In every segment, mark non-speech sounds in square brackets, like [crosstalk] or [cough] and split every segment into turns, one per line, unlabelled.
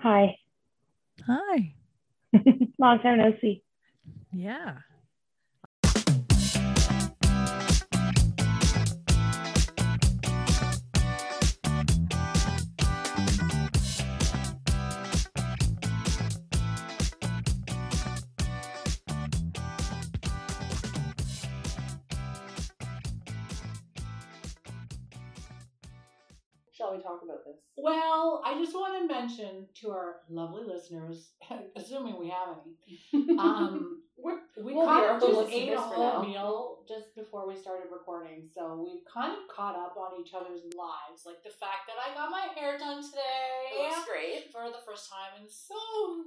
Hi.
Hi.
Long time no see.
Yeah.
Shall we talk about this?
Well, I just want to mention to our lovely listeners, [laughs] assuming we have any, um,
[laughs] We're,
we
We'll
kind
be
of
our full
just ate a
listeners for now.
whole meal just before we started recording, so we've kind of caught up on each other's lives. Like the fact that I got my hair done
it
today
looks great.
for the first time in so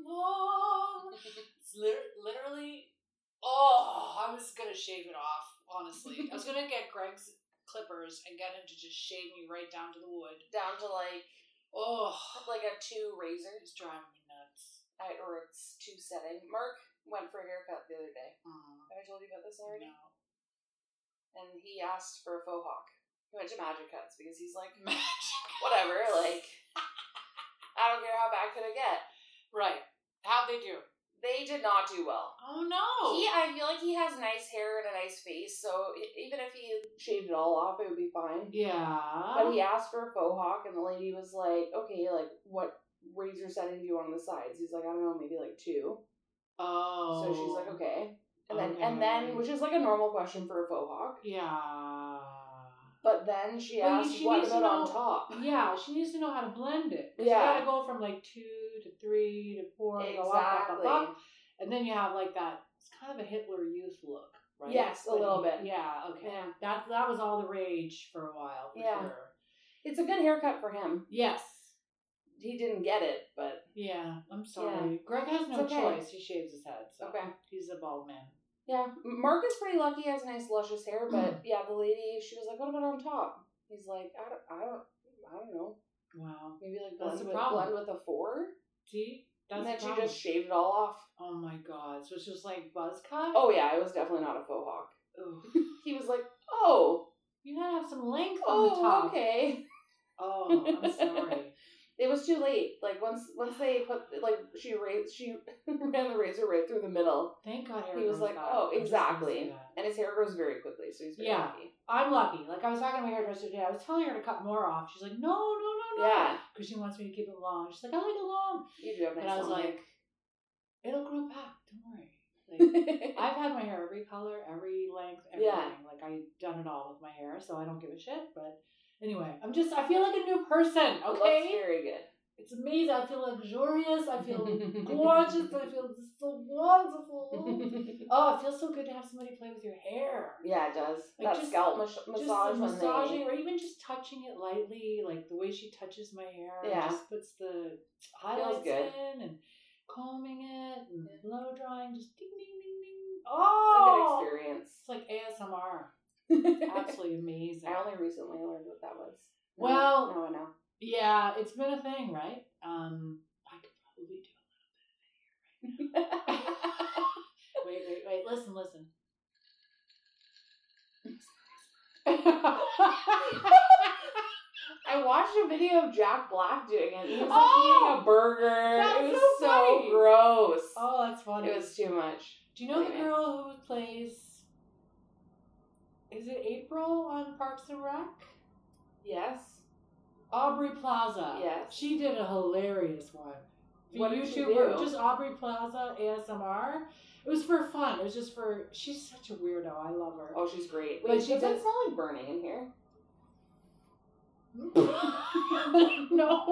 long. It's lit- literally, oh, I was gonna shave it off. Honestly, I was gonna get Greg's clippers and get him to just shave me right down to the wood.
Down to like
Oh.
like a two razor
It's driving me nuts.
I, or it's two setting. Mark went for a haircut the other day.
Um,
Have I told you about this already?
no.
And he asked for a faux hawk. He went to Magic Cuts because he's like,
[laughs] Magic.
whatever, like [laughs] I don't care how bad could I get.
Right. How'd they do?
They did not do well.
Oh no.
He, I feel like he has nice hair and a nice face, so e- even if he shaved it all off, it would be fine.
yeah.
But he asked for a faux hawk, and the lady was like, "Okay, like what razor setting do you want on the sides?" He's like, "I don't know, maybe like two.
oh.
So she's like, "Okay." And then, and
Okay.
then, which is like a normal question for a faux hawk.
Yeah.
But then she
Well, you-
asked,
she
"What
needs to
about on
know- [laughs]
top?"
Yeah, she needs to know how to blend it. 'Cause
Yeah.
You gotta go from like two to three to four, to go up, up, up,
Exactly.
up, and then you have like that. It's kind of a Hitler Youth look, right?
Yes, a
Like,
little bit.
Yeah. Okay.
Yeah.
That that was all the rage for a while. For
Yeah.
Sure.
It's a good haircut for him.
Yes.
He didn't get it, but
Yeah, I'm sorry. Greg has no
It's okay.
choice. He shaves his head, so
okay.
he's a bald man.
Yeah, Mark is pretty lucky. He has nice luscious hair,
Mm.
but yeah, the lady she was like, "What about on top?" He's like, "I don't, I don't, I don't know.
Wow.
Maybe like
That's
blend
the
with
problem.
blend with a four,
See, that's
and
the
then she
problem.
just shaved it all off.
Oh my god! So it's just like buzz cut.
Oh yeah, it was definitely not a faux hawk.
Ooh.
He was like, "Oh,
you gotta have some length on the
oh,
top.
okay."
Oh,
[laughs]
I'm sorry.
It was too late. Like once, once they put like she ra- she [laughs] ran the razor right through the middle,
Thank God.
He was
everyone's
like,
got it.
"Oh,
I'm just gonna
exactly."
say that.
and his hair grows very quickly, so he's very
Yeah.
lucky.
I'm lucky. Like I was talking to my hairdresser today. I was telling her to cut more off. She's like, "No, no, no, no,"
Yeah,
because she wants me to keep it long. She's like, "I like it long,"
you do have nice.
and I was
long [laughs]
like, "It'll grow back. Don't worry." Like,
hair.
I've had my hair every color, every length, everything.
Yeah.
Like I've done it all with my hair, so I don't give a shit. But anyway, I'm just I feel like a new person,
Looks
okay?
very good.
It's amazing. I feel luxurious,
[laughs]
I feel gorgeous, I feel so
[laughs]
wonderful. Oh, it feels so good to have somebody play with your hair.
yeah, it does.
Like,
that
just-
scalp mas- massage
just
when
massaging
they.
or even just touching it lightly, like the way she touches my hair
Yeah.
and just puts the highlights
good.
in and combing it and
Yeah.
blow drying, just ding ding ding ding.
It's a
Oh
good
[laughs]
experience.
it's like ASMR.
[laughs]
Absolutely amazing.
I only recently learned what that was.
Well-
no, I know.
Yeah, it's been a thing, right? Um, I could probably do [laughs] it. Wait, wait, wait. Listen, listen.
[laughs] I watched a video of Jack Black doing it. He was like
Oh!
eating a burger.
That's
it was
so funny.
gross.
oh, that's funny.
It was too much.
do you know the
Anyway.
girl who plays? Is it April on Parks and Rec?
Yes.
Aubrey Plaza.
Yes.
She did a hilarious one. The
What did she
YouTuber,
do?
just Aubrey Plaza ASMR. It was for fun. It was just for. She's such a weirdo. I love her.
Oh, she's great.
But
Wait,
she
does it
did-
smell like burning in here?
[laughs] no,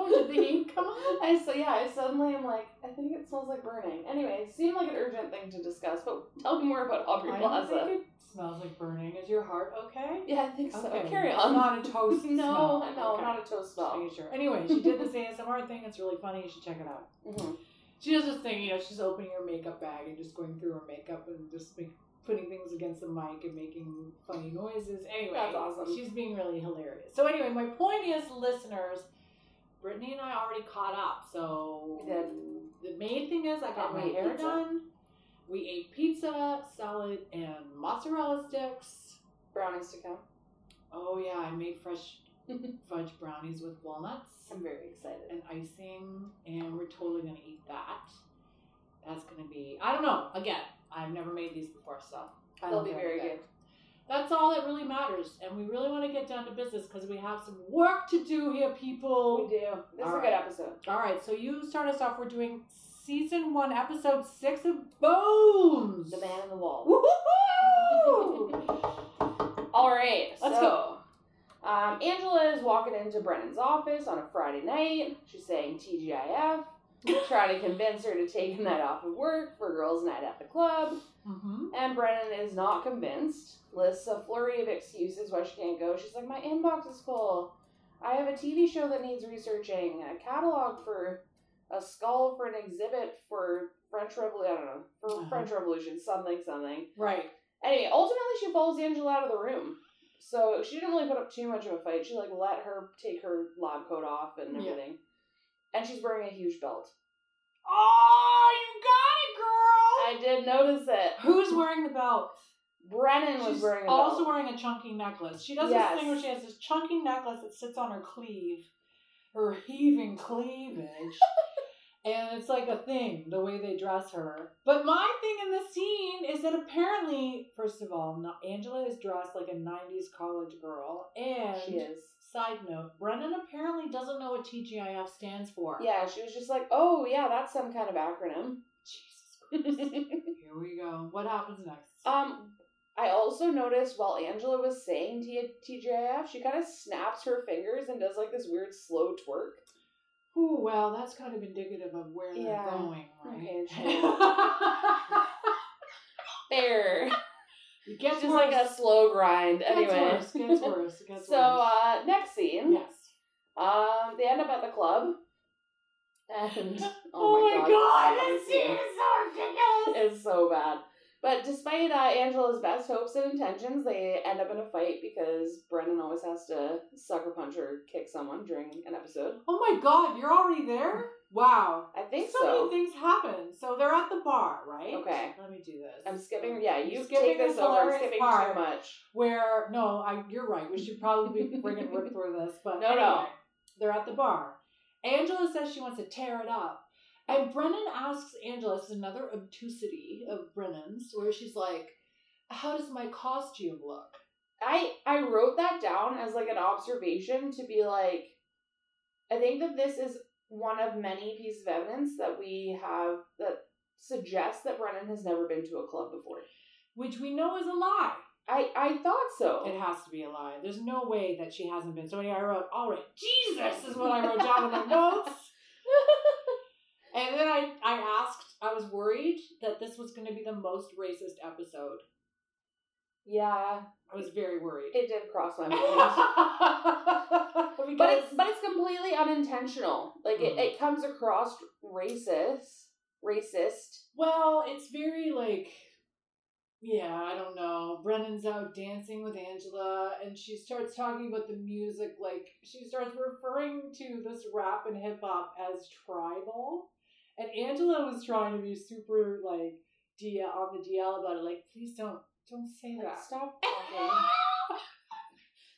did the heat come on?
[laughs] I so yeah, I suddenly am like, I think it smells like burning. Anyway, it seemed like an urgent thing to discuss, but tell me more about Aubrey
I don't
Plaza.
think it smells like burning. Is your heart okay?
Yeah, I think so.
Okay.
Carry
It's
on.
not a
[laughs]
toast [laughs]
no,
smell.
no,
Okay.
not a toast
Just
smell.
making sure. Anyway, she did this [laughs] ASMR thing. It's really funny. You should check it out.
Mhm.
She does this thing, you know, she's opening her makeup bag and just going through her makeup and just like putting things against the mic and making funny noises. Anyway,
That's awesome.
she's being really hilarious. So anyway, my point is, listeners, Brittany and I already caught up. So
We did.
the main thing is I got
And
my
we ate
hair
pizza.
done. We ate pizza, salad, and mozzarella sticks.
Brownies to come. [laughs]
Oh yeah, I made fresh fudge brownies with walnuts
I'm very excited.
and icing, and we're totally gonna eat that. That's gonna be I don't know. Again, I've never made these before, so I
They'll
don't
be
feel
very
bad.
good.
That's all that really matters, and we really want to get down to business because we have some work to do here, people.
We do. This is a
Alright.
good episode.
All right, so you start us off. We're doing season one, episode six of Bones.
The man in the
[laughs]
wall.
Woo-hoo-hoo!
All right,
Let's
so, Um, Angela is walking into Brennan's office on a Friday night. She's saying TGIF,
[laughs]
trying to convince her to take a night off of work for girls' night at the club. [laughs]
hmm
And Brennan is not convinced. Lists a flurry of excuses why she can't go. She's like, my inbox is full. I have a TV show that needs researching. A catalog for a skull for an exhibit for French Revolution. I don't know for
Uh-huh.
French Revolution. Something, something.
Right.
Anyway, ultimately she follows Angela out of the room. So she didn't really put up too much of a fight. She like let her take her lab coat off and
Yeah.
everything. And she's wearing a huge belt.
Oh,
I did notice it.
you got it, girl. Who's wearing the belt?
Brennan was
She's
wearing a belt.
also wearing a chunky necklace. She does
Yes.
this thing where she has this chunky necklace that sits on her cleave, her heaving cleavage.
[laughs]
and it's like a thing, the way they dress her. But my thing in this scene is that apparently, first of all, no- Angela is dressed like a 90s college girl. And
she is.
side note, Brennan apparently doesn't know what TGIF stands for.
Yeah, she was just like, oh, yeah, that's some kind of acronym.
Jesus Christ. Here we go. What happens next?
um, I also noticed while Angela was saying T- TGIF, she kind of snaps her fingers and does like this weird slow twerk.
Ooh, well, that's kind of indicative of where they're
Yeah.
going, right?
Okay,
[laughs]
There.
it gets
just
worse.
like a slow grind.
Gets
Anyway.
worse,
[laughs]
gets worse, gets
So,
worse.
uh, next scene.
yes.
Um, they end up at the club.
[laughs]
And
Oh, my god,
this
this scene is so
[laughs]
ridiculous.
It's so bad. But despite uh, Angela's best hopes and intentions, they end up in a fight because Brennan always has to sucker punch or kick someone during an episode.
Oh my god, you're already there? Wow.
I think
so,
so.
many things happen. So they're at the bar, right?
Okay.
Let me do this.
I'm skipping. Yeah,
I'm
you take
skipping
this
the
over. I'm
hilarious
skipping
part
too much.
Where no, I you're right. We should probably friggin' rip through this, but
No, no.
anyway, They're at the bar. Angela says she wants to tear it up. And Brennan asks Angela, this is another obtusity of Brennan's, where she's like, How does my costume look?
I I wrote that down as like an observation to be like, I think that this is one of many pieces of evidence that we have that suggests that Brennan has never been to a club before.
Which we know is a lie.
I I thought so.
It has to be a lie. There's no way that she hasn't been. So anyway, I wrote, all right, Jesus is what I wrote down
[laughs]
in my notes. And then I, I asked, I was worried that this was going to be the most racist episode.
yeah,
I was very worried. [laughs]
it did cross my mind. [laughs]
Because-
But it's but it's completely unintentional. Like it, it comes across racist, racist.
well, it's very like, yeah, I don't know. Brennan's out dancing with Angela, and she starts talking about the music. Like she starts referring to this rap and hip hop as tribal, and Angela was trying to be super like DL on the DL about it. Like, please don't don't say
Like,
that.
stop talking.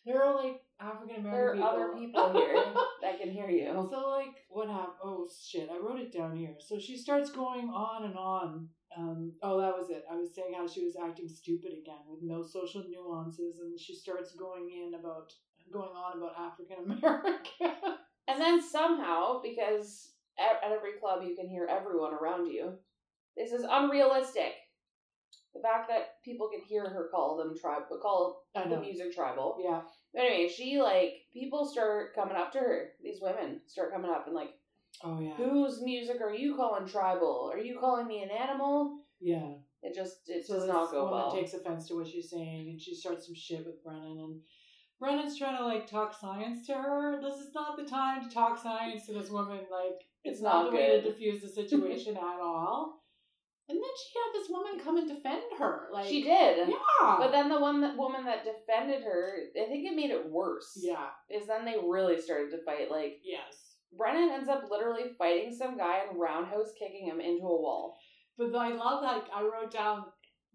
there are like African
There are
American
other people here
[laughs]
that can hear [laughs] you.
So like what happened? Oh shit! I wrote it down here. So she starts going on and on. Um, oh, that was it. I was saying how she was acting stupid again with no social nuances, and she starts going in about going on about African American.
And then somehow, because e-, at, at every club you can hear everyone around you, this is unrealistic. The fact that people can hear her call them tribe, call
I
the
know.
music tribal.
[laughs] Yeah.
But anyway, she like people start coming up to her. These women start coming up and like,
Oh yeah.
whose music are you calling tribal? Are you calling me an animal?
Yeah.
It just it
So
does
this
not go
woman
well.
takes offense to what she's saying, and she starts some shit with Brennan, and Brennan's trying to like talk science to her. This is not the time to talk science to this woman. Like,
It's
it's not,
not
the way to
good.
diffuse the situation at all. And then she had this woman come and defend her. Like
she did.
Yeah.
But then the one that woman that defended her, I think it made it worse.
yeah.
Is then they really started to fight. Like
Yes.
Brennan ends up literally fighting some guy and roundhouse kicking him into a wall.
But I love that I wrote down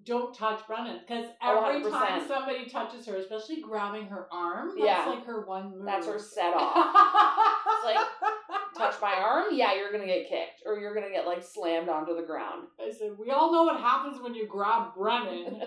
don't touch Brennan because
Oh,
every time
100%.
somebody touches her, especially grabbing her arm, that's
Yeah.
like her one move.
That's her set off.
[laughs]
It's like, touch my arm? Yeah, you're gonna get kicked, or you're gonna get like slammed onto the ground.
I said, we all know what happens when you grab
[laughs]
Brennan.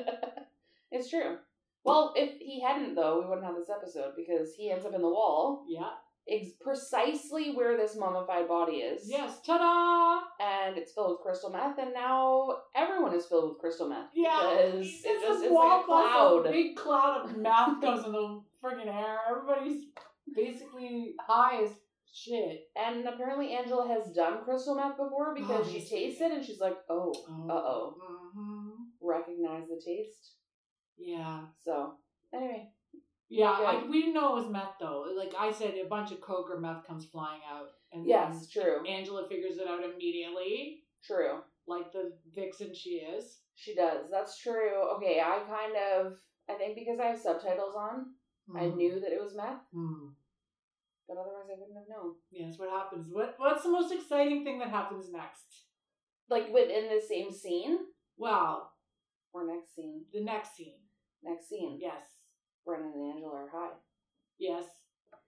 It's true. Well, if he hadn't though, we wouldn't have this episode because he ends up in the wall,
yeah.
ex- precisely where this mummified body is.
Yes. Ta-da!
and it's filled with crystal meth, and now everyone is filled with crystal meth.
Yeah.
because
It's
it
just
just is like a
A
cloud.
big cloud of mouth goes in the friggin' air. Everybody's basically high as shit.
And apparently Angela has done crystal meth
Oh,
before because she
Obviously.
tastes it and she's like, oh, uh oh,
Mm-hmm.
recognize the taste.
Yeah.
So anyway,
Yeah,
Okay.
like we didn't know it was meth though. Like I said, a bunch of coke or meth comes flying out, and
yes, true,
then Angela figures it out immediately,
true.
like the vixen she is.
She does. That's true. Okay, I kind of, I think because I have subtitles on, I
Mm-hmm.
knew that it was meth,
Hmm.
but otherwise I wouldn't have known.
Yes, what happens? What What's the most exciting thing that happens next?
Like within the same scene
Well,
or next scene,
the next scene.
next scene,
Yes,
Brennan and Angela are high.
yes.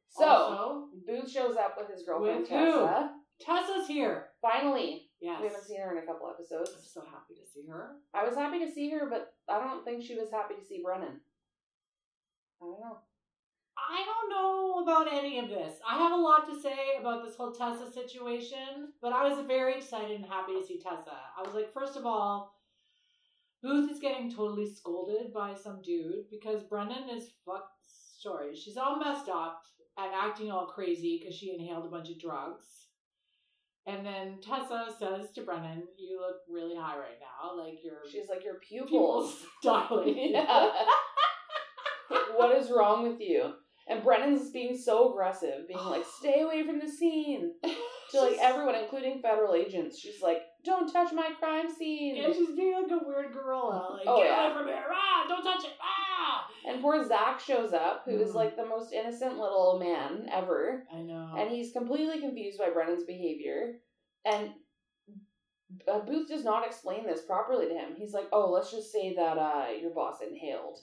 So.
Also,
Booth shows up with his girlfriend
With who?
Tessa.
Tessa's here.
Finally,
Yes,
we haven't seen her in a couple
I'm
episodes.
so happy to see her.
I was happy to see her, but I don't think she was happy to see Brennan. I don't know.
I don't know about any of this. I have a lot to say about this whole Tessa situation, but I was very excited and happy to see Tessa. I was like, first of all, Booth is getting totally scolded by some dude because Brennan is fucked. Sorry, she's all messed up and acting all crazy because she inhaled a bunch of drugs. And then Tessa says to Brennan, "You look really high right now. Like your
She's like, Your pupils.
pupils [laughs]
[laughs]
dilated." [laughs]
Yeah. what is wrong with you? And Brennan's being so aggressive, being
[sighs]
like, Stay away from the scene. To like
She's-
everyone, including federal agents. She's like, Don't touch my crime scene.
Yeah, she's being like a weird gorilla. Like,
Oh,
get
yeah.
away from here. Ah, don't touch it. Ah.
And poor Zach shows up, who is
Mhm.
like the most innocent little man ever.
I know.
and he's completely confused by Brennan's behavior. And uh, Booth does not explain this properly to him. He's like, "Oh, let's just say that uh, your boss inhaled."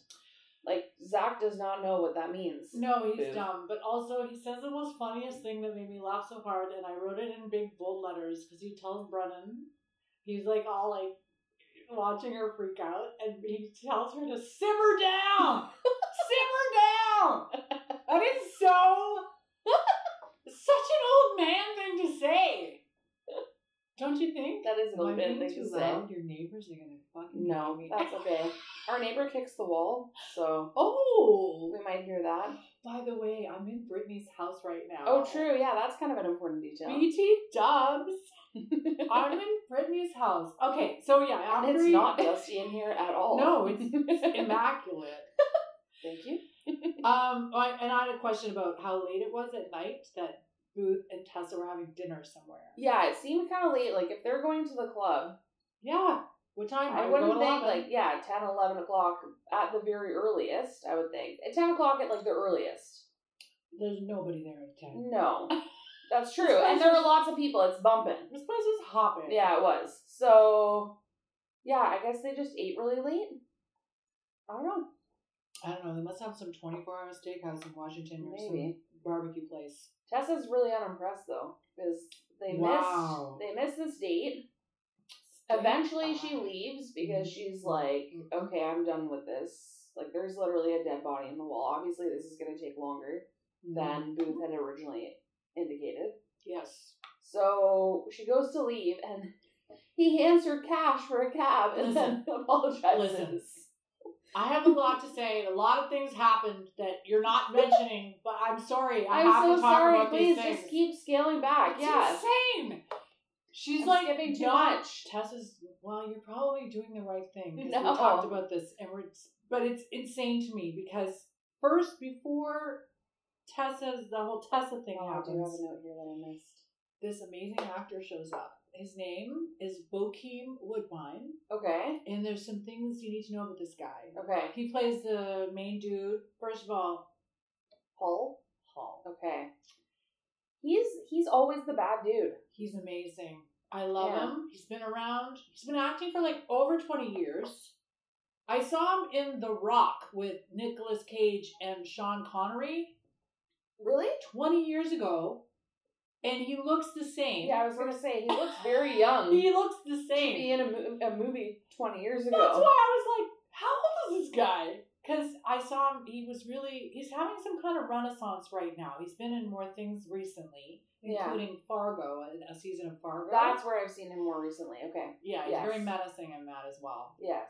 Like Zach does not know what that means.
no, he's
Boo.
dumb. But also, he says the most funniest thing that made me laugh so hard, and I wrote it in big bold letters because he tells Brennan, he's like all like watching her freak out, and he tells her to simmer [laughs] down, simmer down. That is so [laughs] such an old man thing to say. Don't you think?
that is an
Am I
old man
being
thing to
too
say.
loud? Your neighbors are gonna fucking
No,
hate me. [laughs]
that's okay. Our neighbor kicks the wall, so
Oh,
we might hear that.
by the way, I'm in Brittany's house right now.
Oh, true. Yeah, that's kind of an important detail.
BT Dubs. I'm in Brittany's house. Okay, so yeah,
And
after
it's
he-
not dusty in here at all.
No, it's,
[laughs]
it's immaculate.
Thank you.
Um, I, and I had a question about how late it was at night that Booth and Tessa were having dinner somewhere.
Yeah, it seemed kind of late. Like if they're going to the club,
Yeah, what time?
I
Like,
wouldn't
about
think
11?
like yeah, 10, 11 o'clock at the very earliest. I would think at ten o'clock at like the earliest.
there's nobody there at ten.
No, that's true. and there were lots of people. It's bumping.
This place is hopping.
Yeah, it was. So yeah, I guess they just ate really late. I don't know.
I don't know. They must have some 24 hour steakhouse in Washington or
Maybe.
some barbecue place.
Tessa's really unimpressed though because they
Wow.
missed they missed this date. Eventually, she leaves because she's like, okay, I'm done with this. Like, there's literally a dead body in the wall. Obviously, this is gonna take longer. than Booth had originally indicated.
Mm-hmm. Yes.
So she goes to leave, and [laughs] he hands her cash for a cab, and then [laughs] apologizes.
Listen. I have a lot to say. A lot of things happened that
[laughs]
you're not mentioning, but I'm sorry. I have
I'm
to
so
talk
sorry.
about
Please
these things.
just keep scaling back.
it's
Yeah,
insane. She's
I'm
like
skipping too
not-
much.
Tessa's. Well, you're probably doing the right thing because
No.
we talked about this, and we're. But it's insane to me because first, before Tessa's the whole Tessa thing
Oh, I do have
happens,
a note here that I missed.
this amazing actor shows up. His name is Bokeem Woodbine,
Okay.
and there's some things you need to know about this guy.
Okay.
He plays the main dude. First of all,
Paul.
Paul.
Okay. He's he's always the bad dude.
He's amazing. I love
Yeah.
him. He's been around. He's been acting for like over 20 years. I saw him in The Rock with Nicolas Cage and Sean Connery
Really?
20 years ago, and he looks the same.
Yeah, I was gonna say he looks very young.
He looks the
should be in
same.
a, mo- a movie twenty years ago.
That's why I was like, how old is this guy? Because I saw him, he was really, he's having some kind of renaissance right now. He's been in more things recently,
Yeah.
including Fargo, a- a season of Fargo.
That's where I've seen him more recently. Okay.
yeah, he's
yes.
very menacing in that as well.
Yes.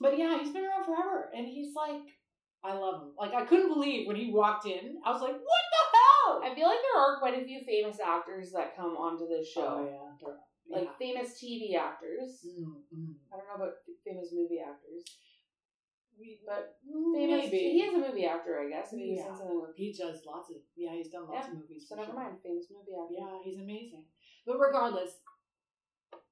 But yeah, he's been around forever, and he's like, I love him. Like I couldn't believe when he walked in. I was like, what the hell?
I feel like there are quite a few famous actors that come onto this show.
Oh, yeah.
Like famous TV actors.
yeah. Mm, mm.
I don't know about famous movie actors.
We-
But famous
maybe
he is a movie actor, I guess. I mean, he's
Yeah.
done something with
He does lots of yeah. He's done lots of movies.
so
for
never
sure.
mind, famous movie actor.
Yeah, he's amazing. But regardless,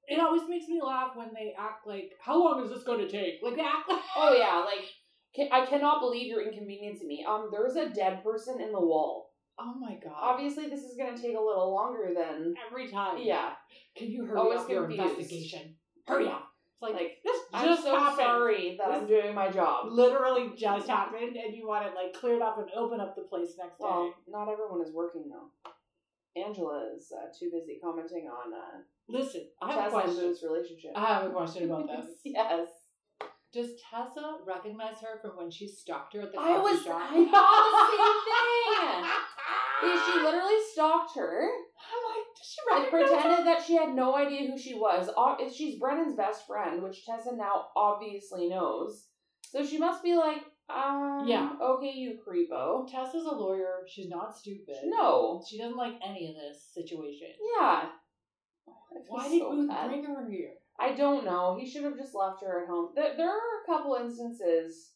it always makes me laugh when they act like, "How long is this going to take?" Like they act like, [laughs]
Oh yeah, like ca I cannot believe you're inconveniencing me. Um, there's a dead person in the wall.
"Oh my god!"
Obviously, this is gonna take a little longer than
Every time,
yeah.
Can you hurry
Always
up your
confused.
investigation?
Oh,
Hurry up! It's like,
Like,
this
I'm
just
so
happened.
sorry that I'm doing my job.
Literally just happened, and you want it like cleared up and open up the place next day.
Well, not everyone is working though. Angela is uh, too busy commenting on uh,
Listen, I have a
Tessa and
question.
Boo's relationship.
I have a question about this.
[laughs] yes.
Does Tessa recognize her from when she stopped her at the
I
coffee
was. I
shop? [laughs]
thought the same thing. Yeah, she literally stalked her
I'm like, does she
and
recognize her?
pretended that she had no idea who she was. O- She's Brennan's best friend, which Tessa now obviously knows. So she must be like, um,
Yeah.
okay, you creepo.
Tessa's a lawyer. She's not stupid.
No.
She doesn't like any of this situation.
Yeah. I feel
Why did
so
Booth
bad.
bring her here?
I don't know. He should have just left her at home. There, there are a couple instances,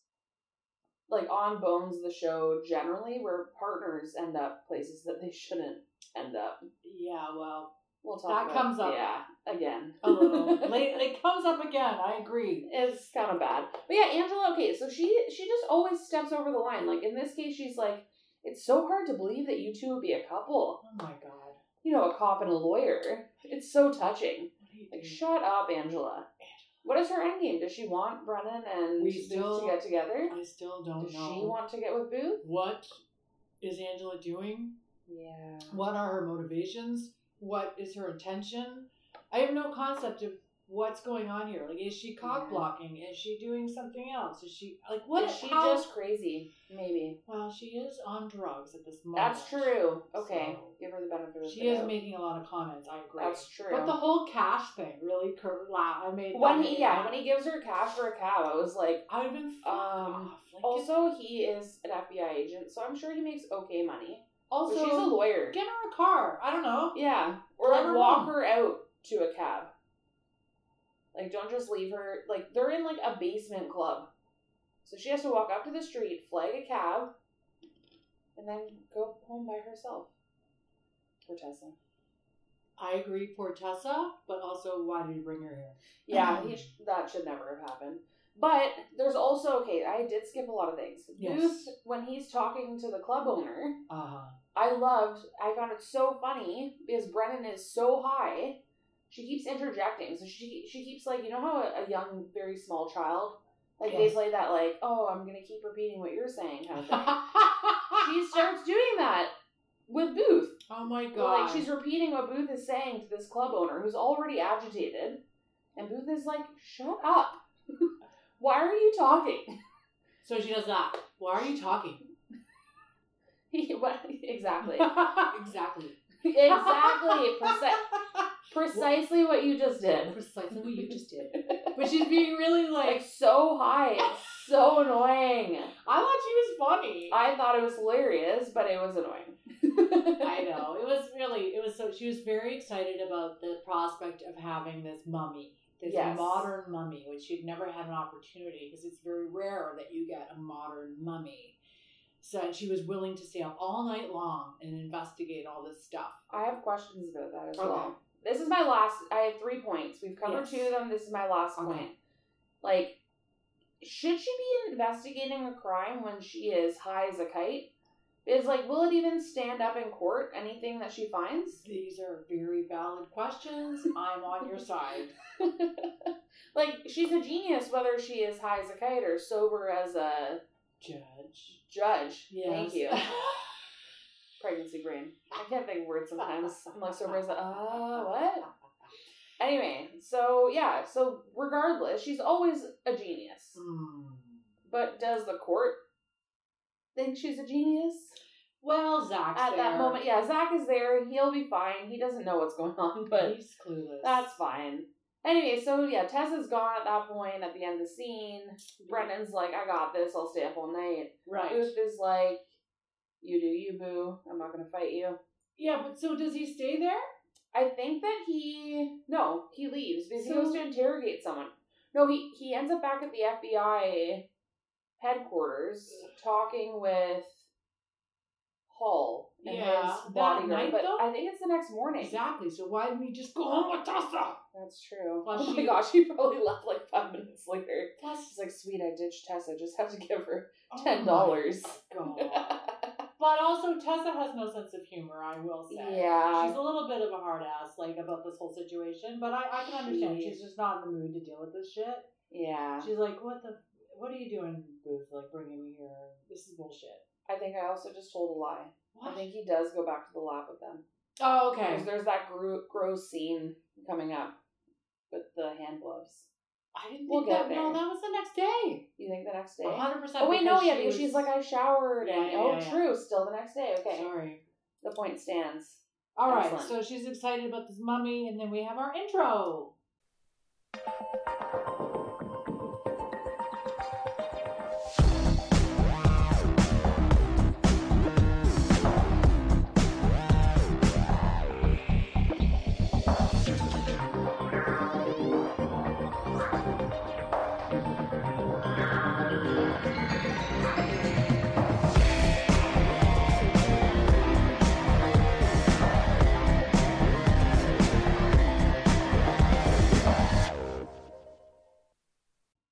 like on Bones, the show generally, where partners end up places that they shouldn't end up.
Yeah, well,
We'll talk.
That
about,
comes up.
yeah, again.
a little.
[laughs]
late, it comes up again. I agree.
It's kind of bad, but yeah, Angela. Okay, so she she just always steps over the line. Like in this case, she's like, "It's so hard to believe that you two would be a couple."
[laughs] Oh my god.
You know, a cop and a lawyer. It's so touching.
What are you
Like,
doing?
shut up, Angela. What is her end game? Does she want Brennan and
We
Booth
still-
to get together?
I still don't
Does
know.
she want to get with Booth?
what is Angela doing?
Yeah.
What are her motivations? What is her intention? I have no concept of what's going on here. Like, is she cock blocking? Is she doing something else? Is she like what?
Is she
how-
just crazy? Maybe.
Well, she is on drugs at this moment.
That's true. Okay.
So-
Give her the benefit of
She
the
is
doubt.
making a lot of comments. I agree.
That's true.
But the whole cash thing really cur- laugh. I made
when
that
he
made
yeah,
laugh.
when he gives her cash for a cow, I was like
I would have been fuck
Um,
off. Like,
also he is an FBI agent, so I'm sure he makes okay money.
also
Also she's a lawyer.
get her a car. I don't know.
Yeah. Or
Drive
like
her
walk
home.
her out to a cab. Like don't just leave her like they're in like a basement club. So she has to walk up to the street, flag a cab, and then go home by herself. For Tessa.
I agree, poor Tessa. But also, why did you bring her here?
Yeah,
Mm.
he sh- that should never have happened. But there's also okay, I did skip a lot of things.
Yes.
Booth, when he's talking to the club owner,
Uh [laughs] huh.
I loved, I found it so funny because Brennan is so high. She keeps interjecting. So she she keeps like, you know how a, a young, very small child, like
Yes.
they play that like, oh, I'm gonna keep repeating what you're saying
oh
kind of
[laughs]
thing. she starts doing that with Booth.
oh my god.
Like she's repeating what Booth is saying to this club owner who's already agitated. And Booth is like, shut up. [laughs] Why are you talking? [laughs]
so she does that. Why are you talking?
He- what- [laughs] exactly.
[laughs] exactly.
exactly. Preci-
[laughs]
precisely what you just did. [laughs]
Precisely what you just did. But she's being really
like
like.
so high. It's
[laughs]
so annoying.
I thought she was funny.
I thought it was hilarious, but it was
[laughs]
annoying.
I know. It was really, it was so, she was very excited about the prospect of having this mummy, this
Yes.
modern mummy, which she'd never had an opportunity because it's very rare that you get a modern mummy. So and she was willing to stay up all night long and investigate all this stuff.
I have questions about that as
Okay.
well. This is my last. I have three points. We've covered
Yes.
two of them. This is my last
Okay.
point. Like, should she be investigating a crime when she is high as a kite? Is like, will it even stand up in court? Anything that she finds?
These are very valid questions. I'm on your side.
Like she's a genius, whether she is high as a kite or sober as a
Judge.
judge.
Yes.
Thank you.
[laughs]
Pregnancy brain. I can't think of words sometimes. [laughs]
[laughs]
I'm like sober as a uh, what? Anyway, so yeah, so regardless, she's always a genius.
Hmm.
But does the court think she's a genius?
Well, Zach's
At that
there.
moment, yeah, Zach is there. He'll be fine. He doesn't know what's going [laughs] on, but
he's clueless.
that's fine. Anyway, so yeah, Tessa's gone at that point at the end of the scene. Brendan's like, I got this. I'll stay up all night.
right.
Booth is like, You do you, boo. I'm not going to fight you.
Yeah, but so does he stay there?
I think that he no, he leaves because he
So-
goes to interrogate someone. No, he he ends up back at the FBI headquarters talking with Hall and
Yeah,
his
that
bodyguard.
night,
But
though?
I think it's the next morning.
Exactly. So why didn't he just go home with Tessa?
That's true.
Well,
oh my
she-
gosh, he probably left like five minutes later. She's
Tessa.
like, sweet, I ditched Tessa. Just have to give her
Oh
ten
my
dollars. [laughs]
God. But also, Tessa has no sense of humor. I will say.
yeah.
She's a little bit of a hard ass, like about this whole situation. But I, I can understand.
She-
She's just not in the mood to deal with this shit.
yeah.
She's like, what the, what are you doing, Booth? Like bringing me here? This is bullshit.
I think I also just told a lie. I
What?
think he does go back to the lab with them.
Oh,
Because there's that gro- gross scene coming up with the hand gloves.
I didn't think
We'll get
that.
there.
No, that was the next day.
You think the next day?
A hundred percent.
Oh wait, no,
because
yeah,
she
because
was-
she's like, I showered,
Yeah,
and
yeah,
oh,
yeah.
true, still the next day. Okay,
Sorry.
the point stands.
All right,
Excellent.
so she's excited about this mummy, and then we have our intro.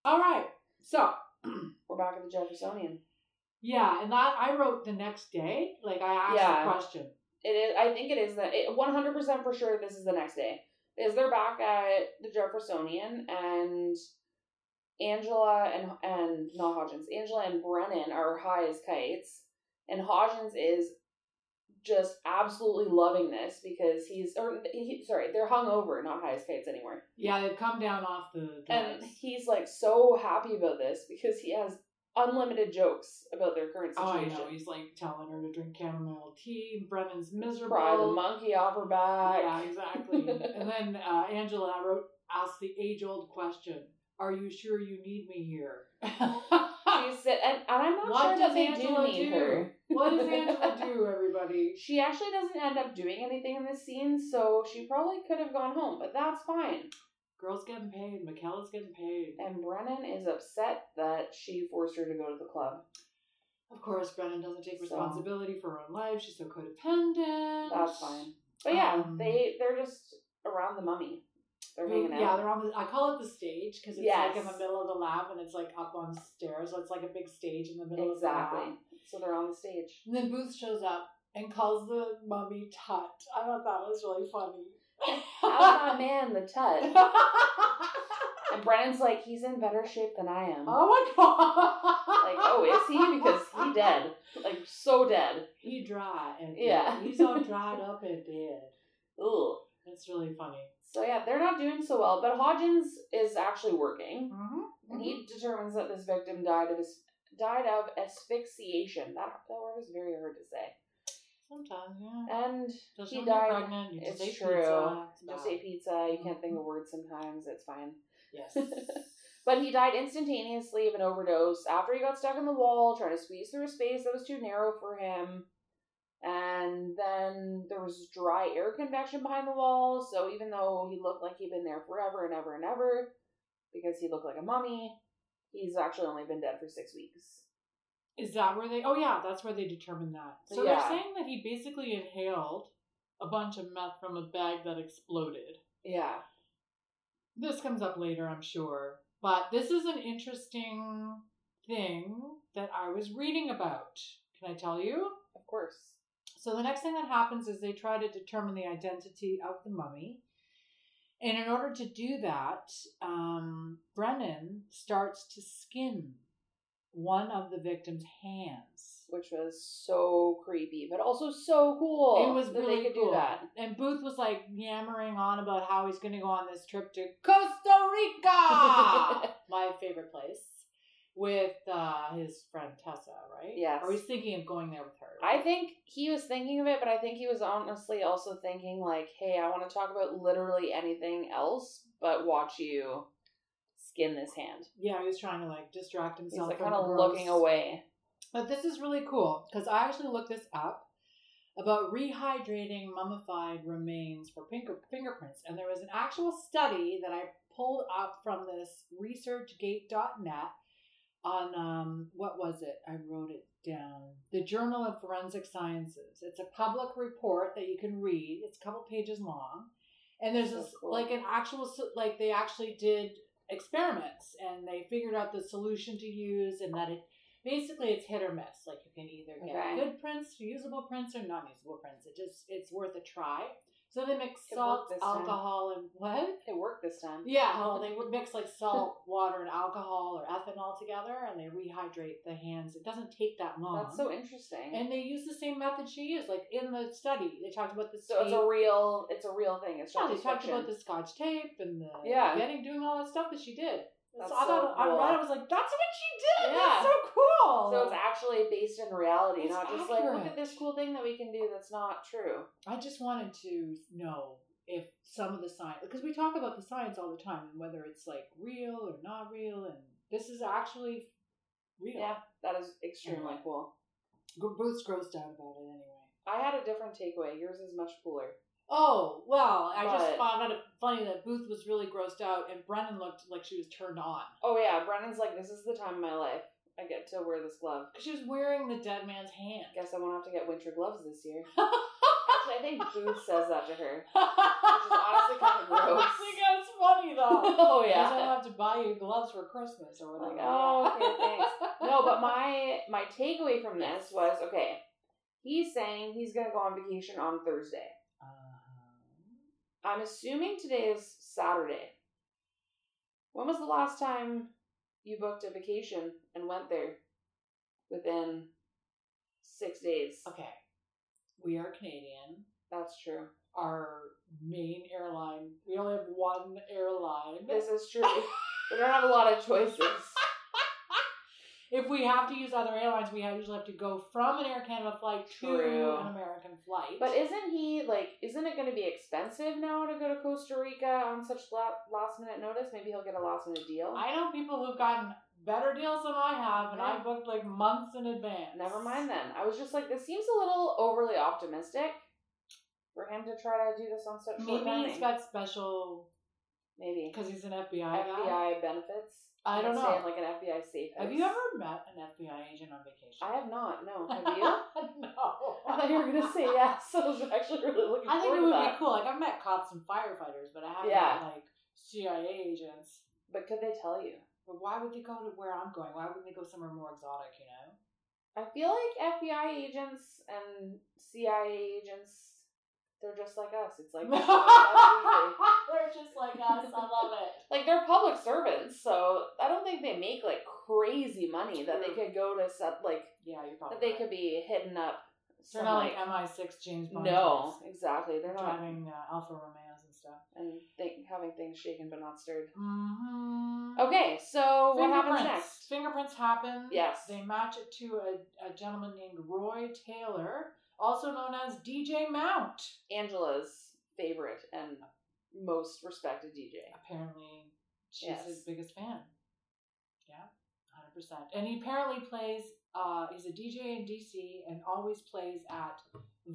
All right, so
We're back at the Jeffersonian.
yeah, and that I wrote the next day. Like I asked
Yeah.
the question.
It is. I think it is the it- 100% for sure. This is the next day. Is they're back at the Jeffersonian and Angela and and not Hodgins. Angela and Brennan are high as kites, and Hodgins is just absolutely loving this because he's or he, sorry they're hungover, not high as kites anymore.
Yeah, they've come down off the.
And
drugs.
[laughs] he's like so happy about this because he has unlimited jokes about their current
oh, I
situation.
know. He's like telling her to drink chamomile tea. and Brennan's
Pry the
miserable.
monkey off her back.
Yeah, exactly.
[laughs]
and then uh, Angela I wrote asked the age old question: Are you sure you need me [laughs] here?
She said, and, and I'm not
What
sure that
does
they
Angela
do need
do?
her.
What does Angela
[laughs]
do, everybody?
She actually doesn't end up doing anything in this scene, so she probably could have gone home, but that's fine.
Girl's getting paid. McKella's getting paid.
And Brennan is upset that she forced her to go to the club.
Of course, Brennan doesn't take
So-
responsibility for her own life. She's so codependent.
That's fine. But yeah,
Um,
they they're just around the mummy. They're hanging
Yeah,
out.
they're on. The, I call it the stage because it's
Yes.
like in the middle of the lab and it's like up on stairs, so it's like a big stage in the middle of the
exactly.
lab.
So they're on the
[laughs]
stage.
And then Booth shows up and calls the mummy Tut. I thought that was really
Ah,
funny.
man, the tut. And Brennan's like, he's in better shape than I am.
[laughs] oh my god!
Like, oh, is he? Because he dead. Like, so dead.
He dry and
Yeah.
dead. he's all dried up and dead.
Ugh.
That's really funny.
So yeah, they're not doing so well, but Hodgins is actually working, and
And
he
he-
determines that this victim died of as- died of asphyxiation. That that word is very hard to say.
Sometimes, yeah.
And
Just
he
when you're
died-
pregnant, you
it's
just ate
true.
pizza. It's
just
bad.
ate pizza. You can't think of words sometimes. It's fine.
Yes.
[laughs] But he died instantaneously of an overdose after he got stuck in the wall trying to squeeze through a space that was too narrow for him. And then there was dry air convection behind the wall, so even though he looked like he'd been there forever and ever and ever, because he looked like a mummy, he's actually only been dead for six weeks.
Is that where they? Oh yeah, that's where they determined that. So
Yeah.
they're saying that he basically inhaled a bunch of meth from a bag that exploded.
Yeah.
This comes up later, I'm sure. But this is an interesting thing that I was reading about. Can I tell you?
Of course.
So the next thing that happens is they try to determine the identity of the mummy. And in order to do that, um, Brennan starts to skin one of the victim's hands.
which was so creepy, but also so cool.
It was
that
really
they could
cool.
do that.
And Booth was like yammering on about how he's going to go on this trip to Costa
[laughs]
Rica, my favorite place, with uh, his friend Tessa, right?
Yes.
Or he's thinking of going there with her.
I think he was thinking of it, but I think he was honestly also thinking like, "Hey, I want to talk about literally anything else, but watch you skin this hand."
Yeah, he was trying to like distract
He's
himself.
like
from
kind
the
of
gross-
looking away.
But this is really cool because I actually looked this up about rehydrating mummified remains for finger- fingerprints. And there was an actual study that I pulled up from this researchgate.net on um, what was it? I wrote it down. The Journal of Forensic Sciences. It's a public report that you can read, it's a couple pages long. And there's
So
this,
cool.
like an actual, s- like they actually did experiments and they figured out the solution to use and that it basically it's hit or miss. Like you can either get
Okay.
good prints, usable prints, or non-usable prints. It just it's worth a try. So they mix
It
salt,
worked this time.
alcohol, and what?
It worked this time.
Yeah, well, they would mix like
[laughs]
salt, water, and alcohol or ethanol together, and they rehydrate the hands. It doesn't take that long.
That's so interesting.
And they use the same method she used. Like in the study, they talked about the
so it's
same-
a real, it's a real thing. It's
yeah,
not
they
just
talked
fiction.
about the Scotch tape and the
Yeah.
getting doing all that stuff that she did.
That's
so I
so
thought I
cool.
read, it, I was like, "That's what she did.
Yeah.
That's so cool."
So it's actually based in reality,
It's
not just like look
accurate.
at this cool thing that we can do that's not true.
I just wanted to know if some of the science, because we talk about the science all the time and whether it's like real or not real, and this is actually real.
Yeah, that is extremely
Anyway.
cool.
Gr- Booth's grossed out about it anyway.
I had a different takeaway. Yours is much cooler.
Oh well, I
But-
just found it funny that Booth was really grossed out, and Brennan looked like she was turned on
Oh yeah, Brennan's like, this is the time of my life. I get to wear this glove.
because she was wearing the dead man's hand. [laughs]
Guess I won't have to get winter gloves this year. [laughs] Actually, I think Booth says that to her. honestly kinda gross.
I think that's funny
[laughs]
though.
oh [laughs]
I don't
yeah.
have to buy you gloves for Christmas or whatever.
Like, oh, okay, thanks. No, [laughs] but my my takeaway from this was okay. He's saying he's gonna go on vacation on Thursday.
Uh,
I'm assuming today is Saturday. When was the last time you booked a vacation and went there within six days?
Okay. We are Canadian.
That's true.
Our main airline, we only have one airline.
This is true. we don't have a lot of choices. [laughs]
if we have to use other airlines, we have- usually have to go from an Air Canada flight
True.
to an American flight.
But isn't he like? Isn't it going to be expensive now to go to Costa Rica on such la- last minute notice? Maybe he'll get a last minute deal.
I know people who've gotten better deals than I have, and I
Yeah.
booked like months in advance.
Never mind then. I was just like, this seems a little overly optimistic for him to try to do this on such short
Maybe
timing.
he's got special
Maybe
because he's an FBI, guy.
FBI benefits.
I don't
Like, stay in,
know.
like an FBI safe.
Have
house.
you ever met an FBI agent on vacation? [laughs]
I have not. No, have you?
no.
I thought you were
[laughs]
gonna say yes. [laughs] I was actually really looking
I think
forward
it
to
would
that.
be cool. Like I've met cops and firefighters, but I haven't
Yeah.
met like CIA agents.
But could they tell you?
But why would they go to where I'm going? Why wouldn't they go somewhere more exotic? You know?
[laughs] I feel like FBI agents and CIA agents, they're just like us. It's
[laughs]
like
They're just like us. I love it.
like they're public servants, so I don't think they make like crazy money that they could go to set like
Yeah, you're probably.
that they
right.
could be hidden up.
They're
some,
not like MI6 James Bond.
no,
types
exactly. They're not
driving uh, Alfa Romeos and stuff.
and think, having things shaken but not stirred.
Mm-hmm.
Okay, so what happens next?
Fingerprints happen.
Yes.
They match it to a, a gentleman named Roy Taylor, also known as DJ Mount.
Angela's favorite and most respected DJ.
apparently she's
Yes.
his biggest fan. Yeah, hundred percent. And he apparently plays. Uh, he's a DJ in DC and always plays at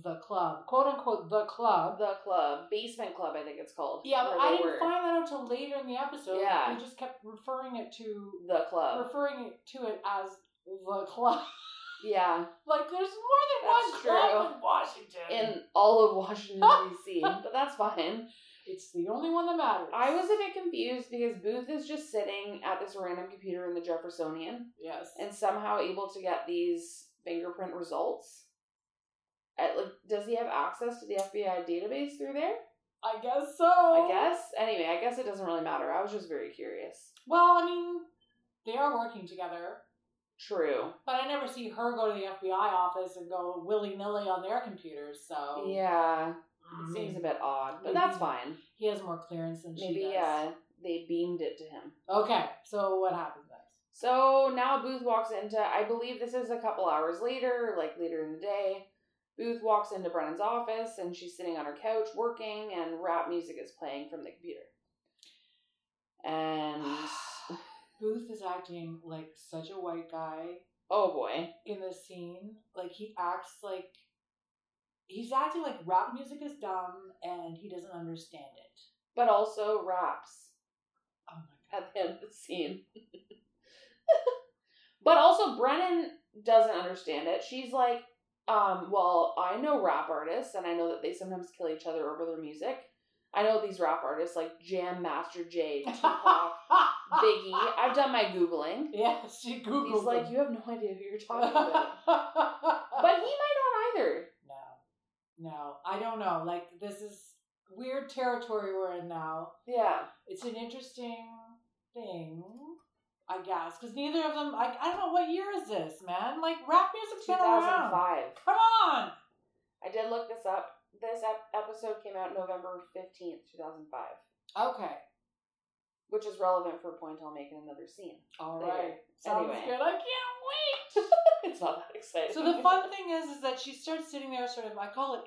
the club, quote unquote, the club.
The club, basement club, I think it's called.
yeah,
where
but
they
I didn't
were.
find that out till later in the episode.
Yeah.
we just kept referring it to
the club.
referring it to it as the club. [laughs]
Yeah,
like there's more than one
That's
club
true.
in Washington.
in all of Washington
[laughs]
D.C., but that's fine.
it's the only one that matters.
I was a bit confused because Booth is just sitting at this random computer in the Jeffersonian
yes,
and somehow able to get these fingerprint results. At, like, does he have access to the FBI database through there?
I guess so.
I guess. Anyway, I guess it doesn't really matter. I was just very curious.
Well, I mean, they are working together,
True.
but I never see her go to the FBI office and go willy nilly on their computers. So
Yeah,
I
it
mean,
seems a bit odd, but that's fine.
he has more clearance than Mm. she
Maybe
does.
uh, they beamed it to him.
Okay, so what happens next?
So now Booth walks into, I believe this is a couple hours later, like later in the day. Booth walks into Brennan's office and she's sitting on her couch working, and rap music is playing from the computer. And
Booth is acting like such a white guy
oh boy,
in this scene. Like he acts like he's acting like rap music is dumb and he doesn't understand it.
but also raps
Oh my god.
at the end of the scene. [laughs] but also, Brennan doesn't understand it. She's like, um, well, I know rap artists, and I know that they sometimes kill each other over their music. I know these rap artists like Jam Master Jay, Tupac, Biggie. I've done my Googling.
[laughs] Yeah, she Googled.
He's like,
him.
you have no idea who you're talking
[laughs]
about. But he might not either.
No. No. I don't know. Like this is weird territory we're in now.
Yeah.
It's an interesting thing. I guess because neither of them, like, I don't know what year is this, man. Like, rap music's been around.
2005.
Come on,
I did look this up. This ep- episode came out November 15th, 2005,
Okay.
which is relevant for a point I'll make in another scene.
All
Later.
right. Sounds
Anyway.
good. I can't [laughs] wait.
[laughs] it's not that exciting.
so the fun thing is, is that she starts sitting there, sort of. I call it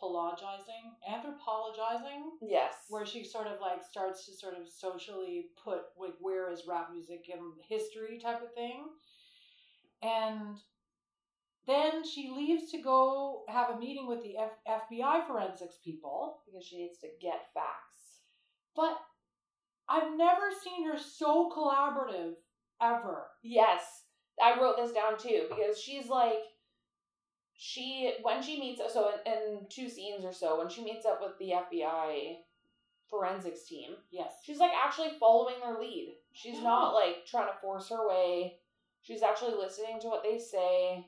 anthropologizing, anthropologizing,
[laughs] Yes.
where she sort of like starts to sort of socially put like where is rap music in history type of thing, and then she leaves to go have a meeting with the F- FBI forensics people.
because she needs to get facts.
But I've never seen her so collaborative ever.
Yes. I wrote this down too because she's like, she, when she meets, so in, in two scenes or so, when she meets up with the FBI forensics team,
Yes.
she's like actually following their lead. She's
Yeah.
not like trying to force her way. She's actually listening to what they say.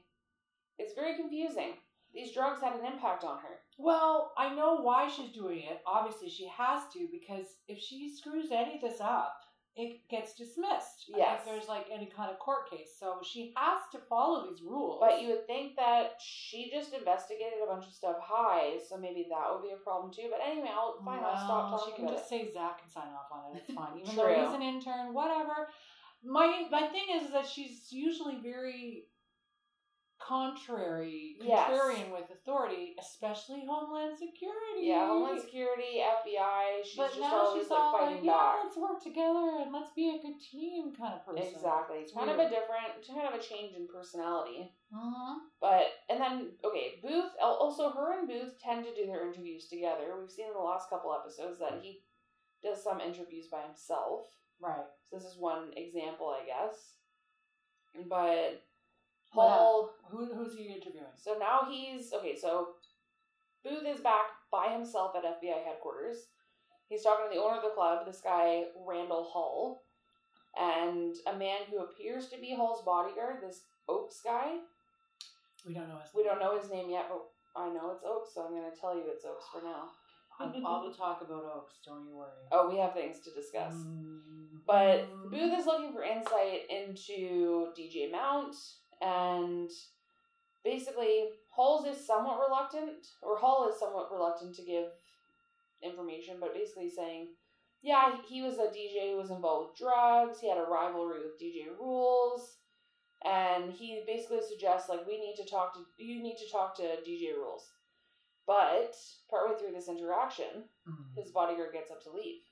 It's very confusing. These drugs had an impact on her.
Well, I know why she's doing it. Obviously, she has to because if she screws any of this up, it gets dismissed.
Yes.
If there's like any kind of court case, so she has to follow these rules.
But you would think that she just investigated a bunch of stuff high, so maybe that would be a problem too. But anyway, I'll fine. I'll stop
Well,
talking
She can
about
just say Zach can sign off on it. It's fine, even
True.
though he's an intern. Whatever. My my thing is that she's usually very contrary,
Yes.
contrarian with authority, especially Homeland Security.
it. Yeah, Homeland Security, FBI. She's
but
just
now
always
she's
like
all like,
fighting
yeah,
back.
let's work together and let's be a good team kind of person.
Exactly.
It's
kind of a
weird.
different, kind of a change in personality.
Mhm.
But and then okay, Booth. al- Also, her and Booth tend to do their interviews together. We've seen in the last couple episodes that he does some interviews by himself.
Right.
So this is one example, I guess. But
What
Paul.
Who, who's he interviewing?
So now he's okay. So Booth is back by himself at FBI headquarters. He's talking to the owner of the club, this guy Randall Hall, and a man who appears to be Hall's bodyguard, this Oaks guy.
We don't know his
We
name.
don't know his name yet, but I know it's Oaks, so I'm going to tell you it's Oaks for now.
I'll, I'll talk about Oaks. Don't you worry.
Oh, we have things to discuss.
Mm.
But Booth is looking for insight into DJ Mount, and basically, Halls is somewhat reluctant, or Hall is somewhat reluctant to give information, but basically saying, yeah, he was a DJ who was involved with drugs, he had a rivalry with DJ Rules, and he basically suggests, like, we need to talk to, you need to talk to DJ Rules. But partway through this interaction,
Mm.
his bodyguard gets up to leave.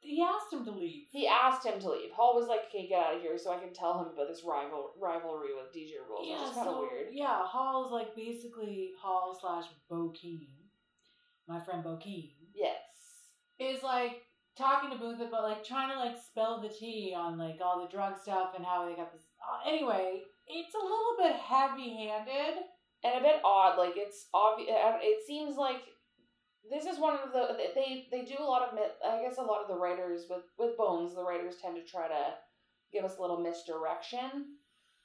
He asked him to leave.
He asked him to leave. Hall was like, "Okay, get out of here," so I can tell him about this rival rivalry with DJ Rules, which is kind of
so-
weird.
Yeah, Hall's like basically Hall slash Bokeen, my friend Bokeen,
Yes,
is like talking to Booth about like trying to like spell the tea on like all the drug stuff and how they got this. Uh, anyway, it's a little bit heavy handed.
and a bit odd. Like it's obvious. It seems like this is one of the they they do a lot of mi- I guess a lot of the writers with with Bones, the writers tend to try to give us a little misdirection.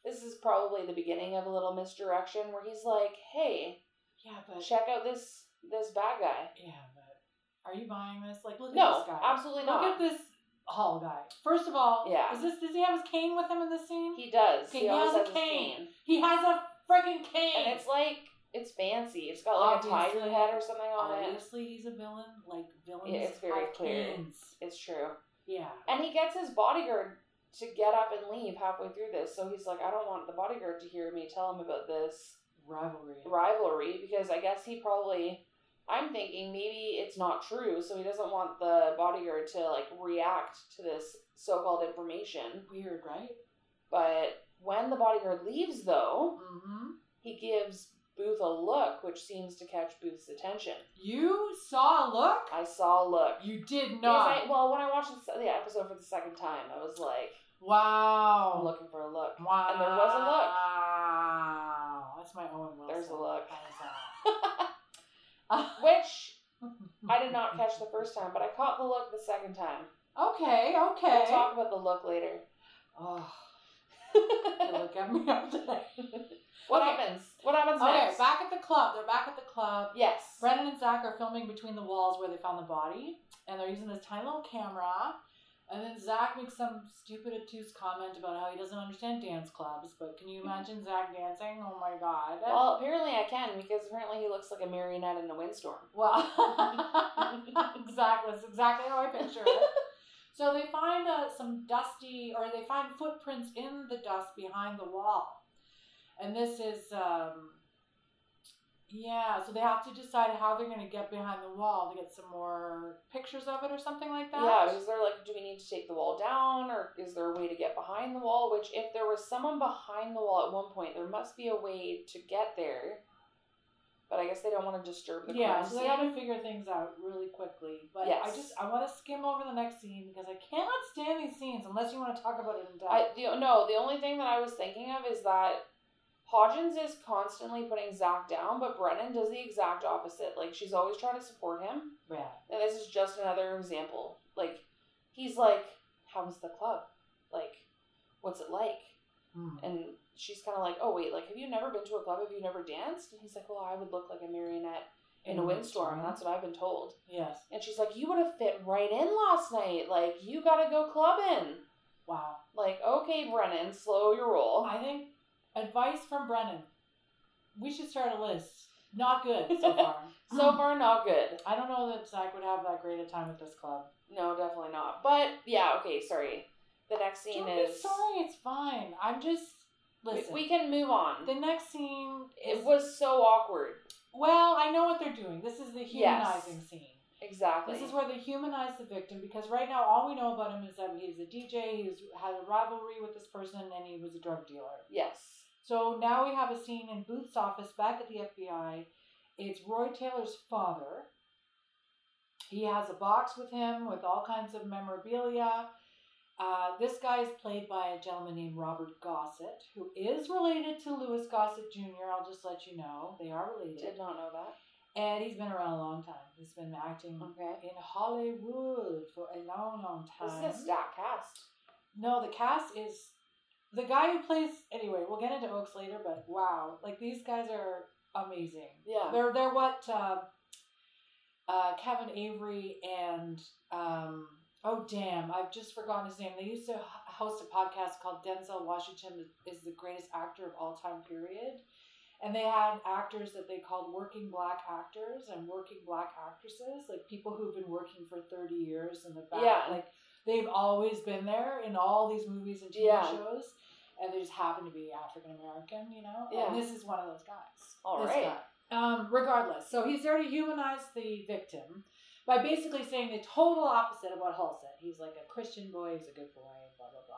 This is probably the beginning of a little misdirection where he's like, "Hey,
Yeah, but
check out this this bad guy."
yeah, but Are you buying this? Like, look at
No,
this guy.
absolutely
Look
not.
at this Hall guy. First of all,
Yeah.
Is this? Does he have his cane with him in this scene?
He does.
Okay,
he
he
always
has a
his
cane. He has a freaking cane.
And it's like it's fancy. It's got like a tiger
Obviously.
head or something on it.
obviously he's a villain. Like villains
Oh, Yeah, it's very
have
clear.
canes.
It's true.
Yeah.
And he gets his bodyguard to get up and leave halfway through this. So he's like, I don't want the bodyguard to hear me tell him about this
Rivalry.
rivalry because I guess he probably I'm thinking maybe it's not true, so he doesn't want the bodyguard to like react to this so-called information.
Weird, right?
But when the bodyguard leaves though,
Mm-hmm.
he gives Booth a look which seems to catch Booth's attention.
You saw a look?
I saw a look.
You did
Because
not.
I, well, when I watched the, the episode for the second time, I was like, oh,
wow.
I'm looking for a look.
Wow.
And there was a look.
Wow. That's my Owen Wilson.
There's a look.
How's that?
Which [laughs] I did not catch the first time, but I caught the look the second time.
[laughs] Okay, okay.
We'll talk about the look
[laughs]
later.
Oh, they look at me up
[laughs]
today.
what
Okay.
happens? What happens
Okay,
next?
back at the club. They're back at the club.
Yes.
Brennan and Zach are filming between the walls where they found the body, and they're using this tiny little camera. And then Zach makes some stupid obtuse comment about how he doesn't understand dance clubs, but can you imagine Zach dancing? Oh my god.
Well, apparently I can because apparently he looks like a marionette in a windstorm. [laughs]
Well, exactly. That's exactly how I picture it. So they find uh, some dusty, or they find footprints in the dust behind the wall. And this is, um, yeah, so they have to decide how they're going to get behind the wall to get some more pictures of it or something like that.
Yeah, because they're like, do we need to take the wall down or is there a way to get behind the wall? Which, if there was someone behind the wall at one point, there must be a way to get there. But I guess they don't want to disturb the
yeah,
crime
so they
scene.
had to figure things out really quickly. But I
Yes.
just, I want to skim over the next scene because I cannot stand these scenes unless you want to talk about it in depth.
I the, no, the only thing that I was thinking of is that Hodgins is constantly putting Zach down, but Brennan does the exact opposite. Like she's always trying to support him,
yeah.
and this is just another example. Like he's like, "How was the club? Like, what's it like?"
Hmm.
And she's kind of like, "Oh wait, like have you never been to a club? Have you never danced?" And he's like, "Well, I would look like a marionette in a windstorm. That's what I've been told."
Yes.
And she's like, "You would have fit right in last night. Like you gotta go clubbing."
Wow.
Like, okay, Brennan, slow your roll.
I think advice from Brennan. We should start a list. Not good
[laughs]
so far. Oh.
So far, not good.
I don't know that Zach would have that great a time at this club.
No, definitely not. But yeah, okay, sorry. The next scene
Don't be
is.
sorry, it's fine. I'm just
We-
listen.
We, can move on.
the next scene is
it was so awkward.
well. I know what they're doing. This is the
Yes.
humanizing scene.
Exactly.
This is where they humanize the victim because right now all we know about him is that he was a DJ. He was, had a rivalry with this person, and he was a drug dealer.
Yes.
So now we have a scene in Booth's office back at the FBI. It's Roy Taylor's father. He has a box with him with all kinds of memorabilia. Uh, this guy is played by a gentleman named Robert Gossett, who is related to Louis Gossett Jr. I'll just let you know they are related,
Did not know that.
and he's been around a long time. He's been acting
Okay.
in Hollywood for a long, long time.
This is a stack cast.
No, the cast is the guy who plays. Anyway, we'll get into Oaks later, but wow, like these guys are amazing.
Yeah.
They're they're what uh, uh, Kevin Avery and um, oh damn, I've just forgotten his name. They used to h- host a podcast called Denzel Washington is the greatest actor of all time. Period. And they had actors that they called working black actors and working black actresses, like people who've been working for thirty years in the back,
Yeah.
like they've always been there in all these movies and TV
Yeah.
shows, and they just happen to be African American, you know.
Yeah.
And this is one of those guys.
All
This
right.
guy. Um, regardless, so he's there to humanize the victim by basically saying the total opposite of what Hull said. He's like a Christian boy, he's a good boy, blah blah blah.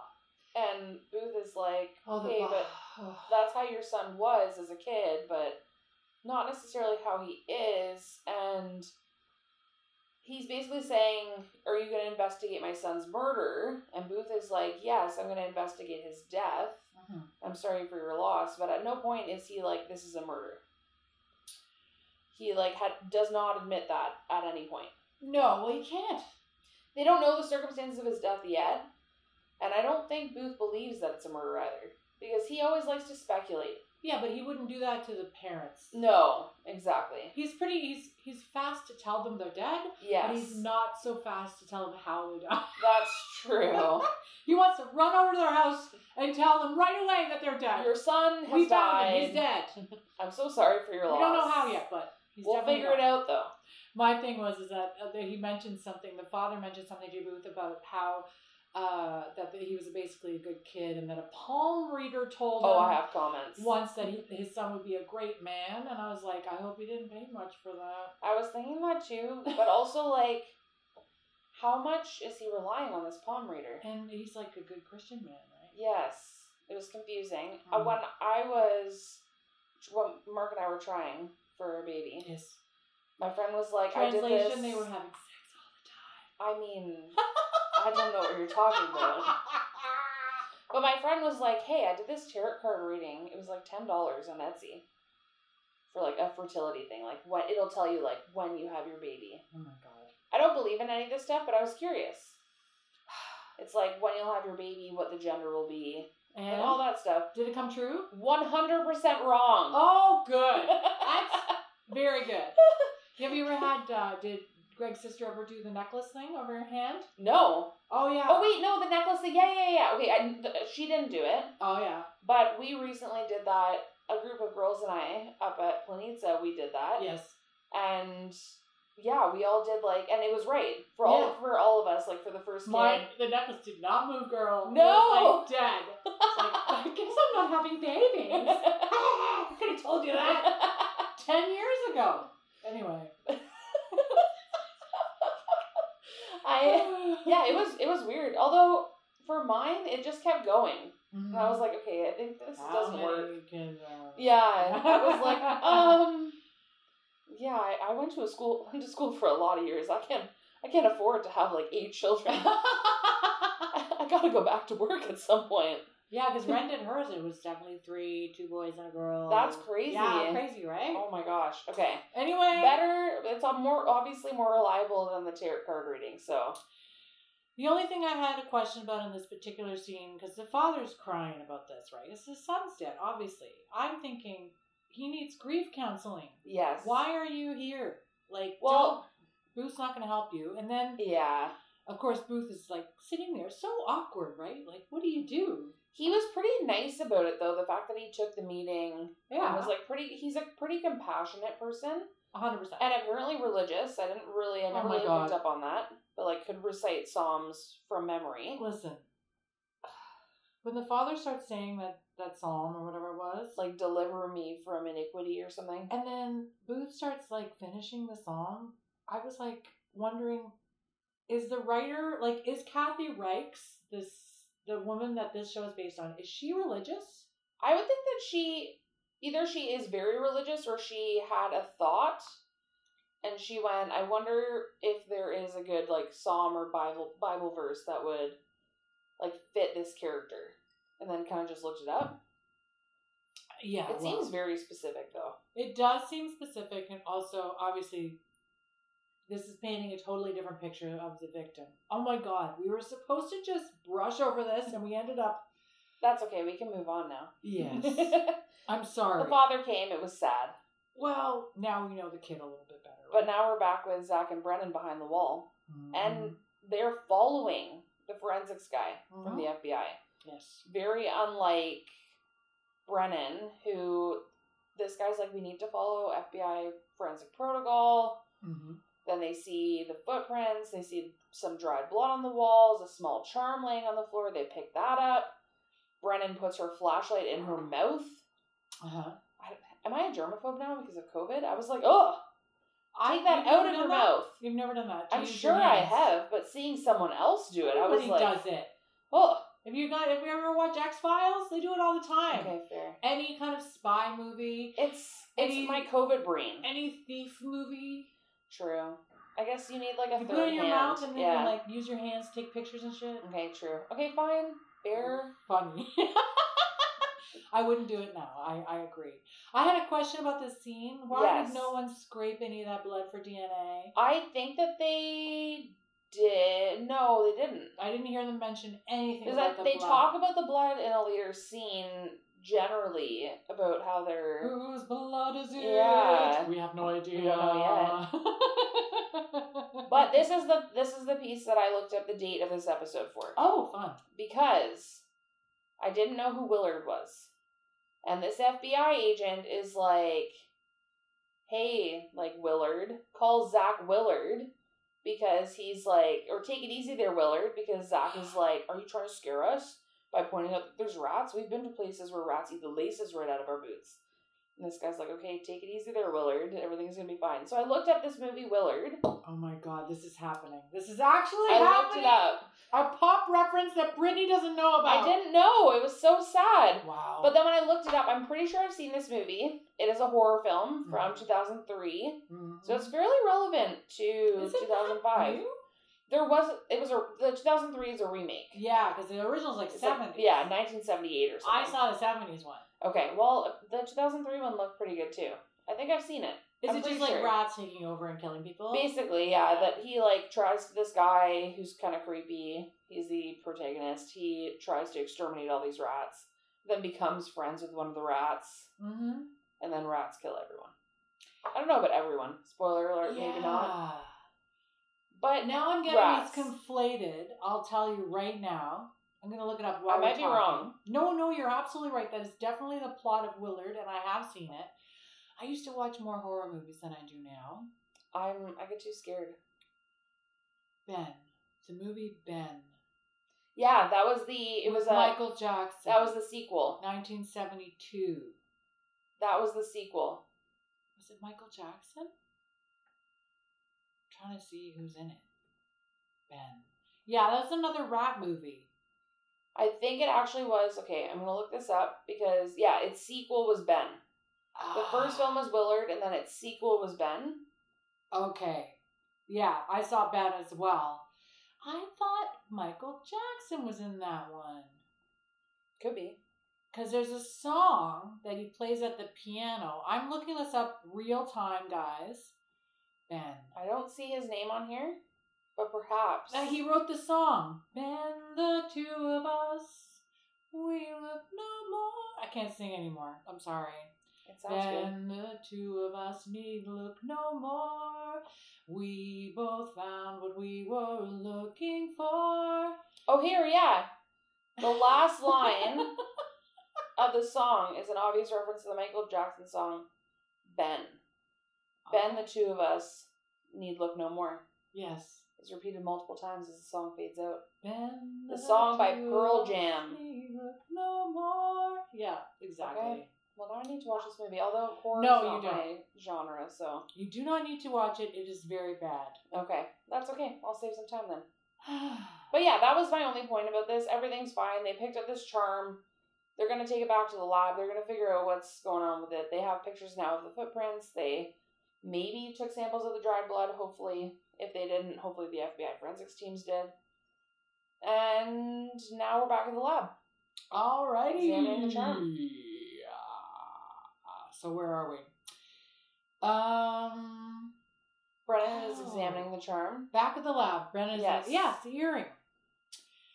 And Booth is like,
the
okay,
[sighs]
[sighs] but
Uh-huh.
that's how your son was as a kid, but not necessarily how he is. And he's basically saying, Are you going to investigate my son's murder? And Booth is like, Yes, I'm going to investigate his death.
Mhm.
I'm sorry for your loss. But at no point is he like, This is a murder. He like had, does not admit that at any point.
no, well he can't.
They don't know the circumstances of his death yet, and I don't think Booth believes that it's a murder either because he always likes to speculate.
Yeah, but he wouldn't do that to the parents.
No, exactly.
He's pretty. He's he's fast to tell them they're dead, but
Yes,
he's not so fast to tell them how they died.
that's
[laughs]
true.
He wants to run over to their house and tell them right away that they're dead.
Your son has
we found
died.
him. He's dead.
I'm so sorry for your
we
loss.
don't know how yet, but he's
we'll
definitely
figure
gone.
it out though.
my thing was is that uh, that he mentioned something. The father mentioned something to Booth about how uh, that he was basically a good kid, and that a palm reader told
Oh,
him
I have comments.
once that he, his son would be a great man. And I was like, I hope he didn't pay much for that.
I was thinking that too, but also like, how much is he relying on this palm reader?
And he's like a good Christian man, right?
Yes, it was confusing. Uh,
Mhm.
When I was, when Mark and I were trying for a baby,
Yes.
my friend was like, "I did this."
Translation: They were having sex all the time.
I mean, I don't know what you're talking
[laughs]
about. But my friend was like, "Hey, I did this tarot card reading. It was like ten dollars on Etsy for like a fertility thing. Like, what it'll tell you like when you have your baby."
oh my god.
I don't believe in any of this stuff, but I was curious. [sighs] It's like when you'll have your baby, what the gender will be,
And,
and all that stuff.
Did it come true?
One hundred percent wrong.
Oh,
[laughs]
good. That's very good. Have you ever had? Uh, did Greg's sister ever do the necklace thing over her hand?
No.
Oh yeah.
Oh wait, no, the necklace. Yeah, yeah, yeah. Okay, I, th- she didn't do it,
Oh yeah.
but we recently did that. A group of girls and I up at Planitza, we did that.
Yes.
and yeah, we all did like, and it was right for all
Yeah.
for all of us. Like for the first
Mine.
kid,
The necklace did not move, girl. It
No.
was, like, dead. It's
[laughs]
like, I guess I'm not having babies. [laughs] I could have told you that ten years ago. Anyway.
[laughs] I yeah, it was it was weird. Although for mine, it just kept going,
Mm-hmm.
and I was like, okay, I think this
How
doesn't
many
work.
can, uh,
Yeah, I
[laughs]
was like, um, yeah, I, I went to a school [laughs] went to school for a lot of years. I can't I can't afford to have like eight
[laughs]
children. I gotta go back to work at some point.
yeah, because Ren did hers. It was definitely three, two boys and a girl.
That's crazy.
Yeah, crazy, right?
Oh my gosh. Okay.
Anyway,
better it's a more obviously more reliable than the tarot card reading so
the only thing I had a question about in this particular scene, because the father's crying about this, right? It's his son's dead, obviously. I'm thinking he needs grief counseling.
yes
Why are you here? Like,
Well-
don't, Booth's not going to help you. And then,
yeah
of course, Booth is like sitting there, so awkward, right? Like, what do you do?
he was pretty nice about it though the fact that he took the meeting and
Yeah,
was like pretty he's a pretty compassionate person
hundred percent.
and apparently religious i didn't really i
Oh
never
my
really
God.
picked up on that but like could recite psalms from memory
Listen, [sighs] when the father starts saying that that psalm or whatever it was,
like deliver me from iniquity or something
and then Booth starts like finishing the song, I was like wondering, is the writer like is Kathy Reichs this the woman that this show is based on? Is she religious?
i would think that she either she is very religious or she had a thought and she went i wonder if there is a good like psalm or bible bible verse that would like fit this character and then kind of just looked it up
Yeah,
it seems very specific though
It does seem specific, and also obviously, this is painting a totally different picture of the victim. Oh my god, we were supposed to just brush over this, and we ended up.
that's okay we can move on now [laughs]
[laughs] Yes, I'm sorry.
the father came it was sad
Well, now we know the kid a little bit better. Mm-hmm.
but now we're back with zach and brennan behind the wall and they're following the forensics guy from the fbi
Mm-hmm. yes,
very unlike Brennan, who this guy's like, we need to follow FBI forensic protocol.
hmm
Then they see the footprints, they see some dried blood on the walls, a small charm laying on the floor. They pick that up. Brennan puts her flashlight in her mouth.
uh-huh.
Am I a germaphobe now because of COVID? I was like, oh, take that out
You've never
of
done
your
that?
mouth.
You've never done that. to
I'm
use your
sure I
hands.
have, but seeing someone else do it, I was
Everybody
like,
does it.
oh,
If you got, if you ever watch X Files, they do it all the time.
okay, fair.
Any kind of spy movie,
It's
Any-
it's my COVID brain.
any thief movie,
True. I guess you need like a
you
third
put it in your
hand.
mouth and then
yeah. Mm.
you like use your hands, to take pictures and shit.
okay, true. Okay, fine.
Mm.
Bear.
Funny. [laughs] I wouldn't do it now. I, I agree. I had a question about this scene. Why
Yes.
did no one scrape any of that blood for DNA?
I think that they did. No, they didn't.
I didn't hear them mention anything
Is that
about the
they
blood.
talk about the blood in a later scene generally about how they're
Whose blood is it?
Yeah.
We have no idea.
We don't know
[laughs]
But this is the this is the piece that I looked up the date of this episode for
oh, fun.
because I didn't know who Willard was, and this FBI agent is like, "Hey, like Willard, call Zach Willard." Because he's like, or take it easy there, Willard. Because Zach is like, are you trying to scare us by pointing out that there's rats? We've been to places where rats eat the laces right out of our boots. And this guy's like, okay, take it easy there, Willard. Everything's gonna be fine. So I looked up this movie, Willard.
Oh my god, this is happening. This is actually
I looked
happening.
it up.
A pop reference that Brittany doesn't know
I
about.
didn't know. It was so sad.
Wow.
But then when I looked it up, I'm pretty sure I've seen this movie. It is a horror film from
Mhm.
2003,
Mhm.
so it's fairly relevant to
Is it that
2005.
new?
There was it was a the 2003 is a remake.
Yeah, because the original's like
It's like-
seventies.
yeah, 1978 or
I
something.
saw the seventies one.
Okay, well the 2003 one looked pretty good too. I think I've seen it.
Is
I'm
it
pretty
just like
sure.
rats taking over and killing people?
Basically, yeah, that he like tries to this guy who's kind of creepy. He's the protagonist. He tries to exterminate all these rats, then becomes friends with one of the rats,
Mm-hmm.
and then rats kill everyone. I don't know about everyone. Spoiler alert,
yeah.
maybe not. But
Now I'm getting
Rats.
this conflated. I'll tell you right now. I'm gonna look it up. While
I might
we're
be
talking.
wrong.
No, no, you're absolutely right. That is definitely the plot of Willard, and I have seen it. I used to watch more horror movies than I do now.
I'm I get too scared.
Ben, the movie Ben.
Yeah, that was the it was
With
a,
Michael Jackson.
that was the sequel.
1972.
That was the sequel.
Was it Michael Jackson? I'm trying to see who's in it. Ben. Yeah, that's another rat movie.
I think it actually was okay, I'm gonna look this up because yeah, its sequel was Ben. The
[sighs]
first film was Willard and then its sequel was Ben.
Ah, Okay. Yeah, I saw Ben as well. I thought Michael Jackson was in that one.
Could be.
Because there's a song that he plays at the piano. I'm looking this up real time, guys. Ben.
I don't see his name on here, but perhaps
Now, Uh, he wrote the song. Ben, the two of us, we look no more. I can't sing anymore. I'm sorry.
it sounds good.
Then the two of us need look no more. We both found what we were looking for.
Oh here, yeah. The last
[laughs]
line of the song is an obvious reference to the Michael Jackson song Ben. Ben, the two of us need look no more.
Yes.
It's repeated multiple times as the song fades out.
Ben.
The song by
two
Pearl
of us
Jam.
need look no more. Yeah, exactly.
Okay. Well, now I need to watch this movie. Although horror
No,
is not
you don't.
my genre, so
You do not need to watch it. It is very
[sighs]
bad.
okay, that's okay. I'll save some time then. But yeah, that was my only point about this. Everything's fine. They picked up this charm. They're gonna take it back to the lab. They're gonna figure out what's going on with it. They have pictures now of the footprints. They maybe took samples of the dried blood. Hopefully, if they didn't, hopefully the FBI forensics teams did. And now we're back in the lab.
Alrighty.
Examine the charm.
Yeah. So where are we? Um.
Brennan is
Oh.
examining the charm.
Back at the lab, Brenna is
Yes.
like, yes, the earring.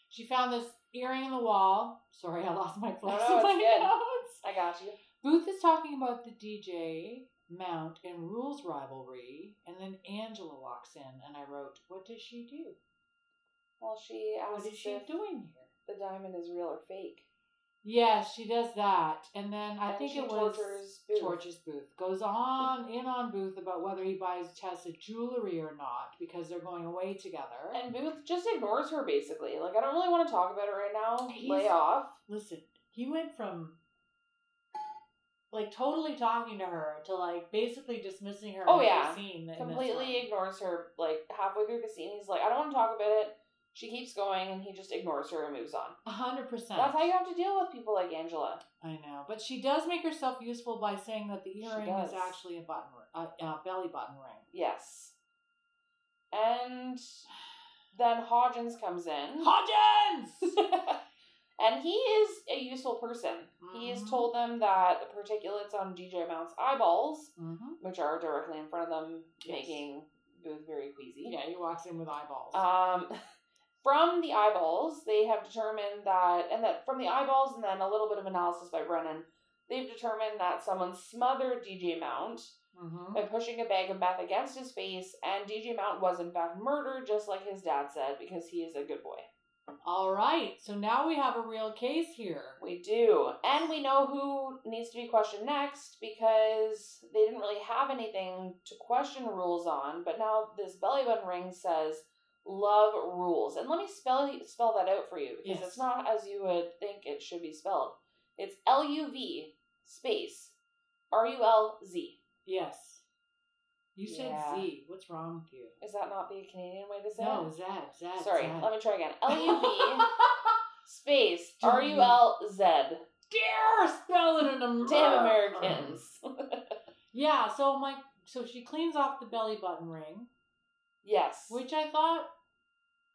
She found this earring in the wall. Sorry, I lost my place
No,
in
no,
my
it's good.
notes.
I got you.
Booth is talking about the DJ Mount and rules rivalry, and then Angela walks in, and I wrote, "What does she do?
Well, she asks
What is she
if
doing here?"
the diamond is real or fake.
Yes, she does that, and then I
And
think
she
it was
tortures Booth.
tortures Booth. Goes on in on Booth about whether he buys Tessa jewelry or not because they're going away together.
And Booth just ignores her basically. Like I don't really want to talk about it right now.
He's-
Lay off.
listen, he went from like totally talking to her to like basically dismissing her.
Oh,
in the
yeah.
scene in this
Completely
one.
ignores her. Like halfway through the scene, he's like, I don't want to talk about it. She keeps going, and he just ignores her and moves on.
A hundred percent.
That's how you have to deal with people like Angela.
I know, but she does make herself useful by saying that the earring
does.
is actually a button, a, a belly button ring.
Yes. And then Hodgins comes in.
Hodgins.
[laughs] and he is a useful person. He has
Mhm.
told them that the particulates on DJ Mount's eyeballs,
hmm
which are directly in front of them,
Yes.
making Booth very queasy.
Uh, Yeah, he walks in with eyeballs.
Um, [laughs] from the eyeballs, they have determined that, and that from the eyeballs, and then a little bit of analysis by Brennan, they've determined that someone smothered DJ Mount by pushing a bag of meth against his face, and DJ Mount was in fact murdered, just like his dad said, because he is a good boy.
All right, so now we have a real case here.
We do. And we know who needs to be questioned next because they didn't really have anything to question rules on, but now this belly button ring says love rules. And let me spell spell that out for you because
Yes.
it's not as you would think it should be spelled. It's L U V space R U L Z.
Yes. You said
Yeah.
Z. What's wrong with you?
Is that not the Canadian way to say
No,
it?
Z, Z.
Sorry,
Z.
let me try
[laughs]
again. L U V space
Don't
R U L Z.
Dare spell it in America.
Damn
[laughs]
Americans.
Yeah, so my so she cleans off the belly button ring,
Yes.
which I thought I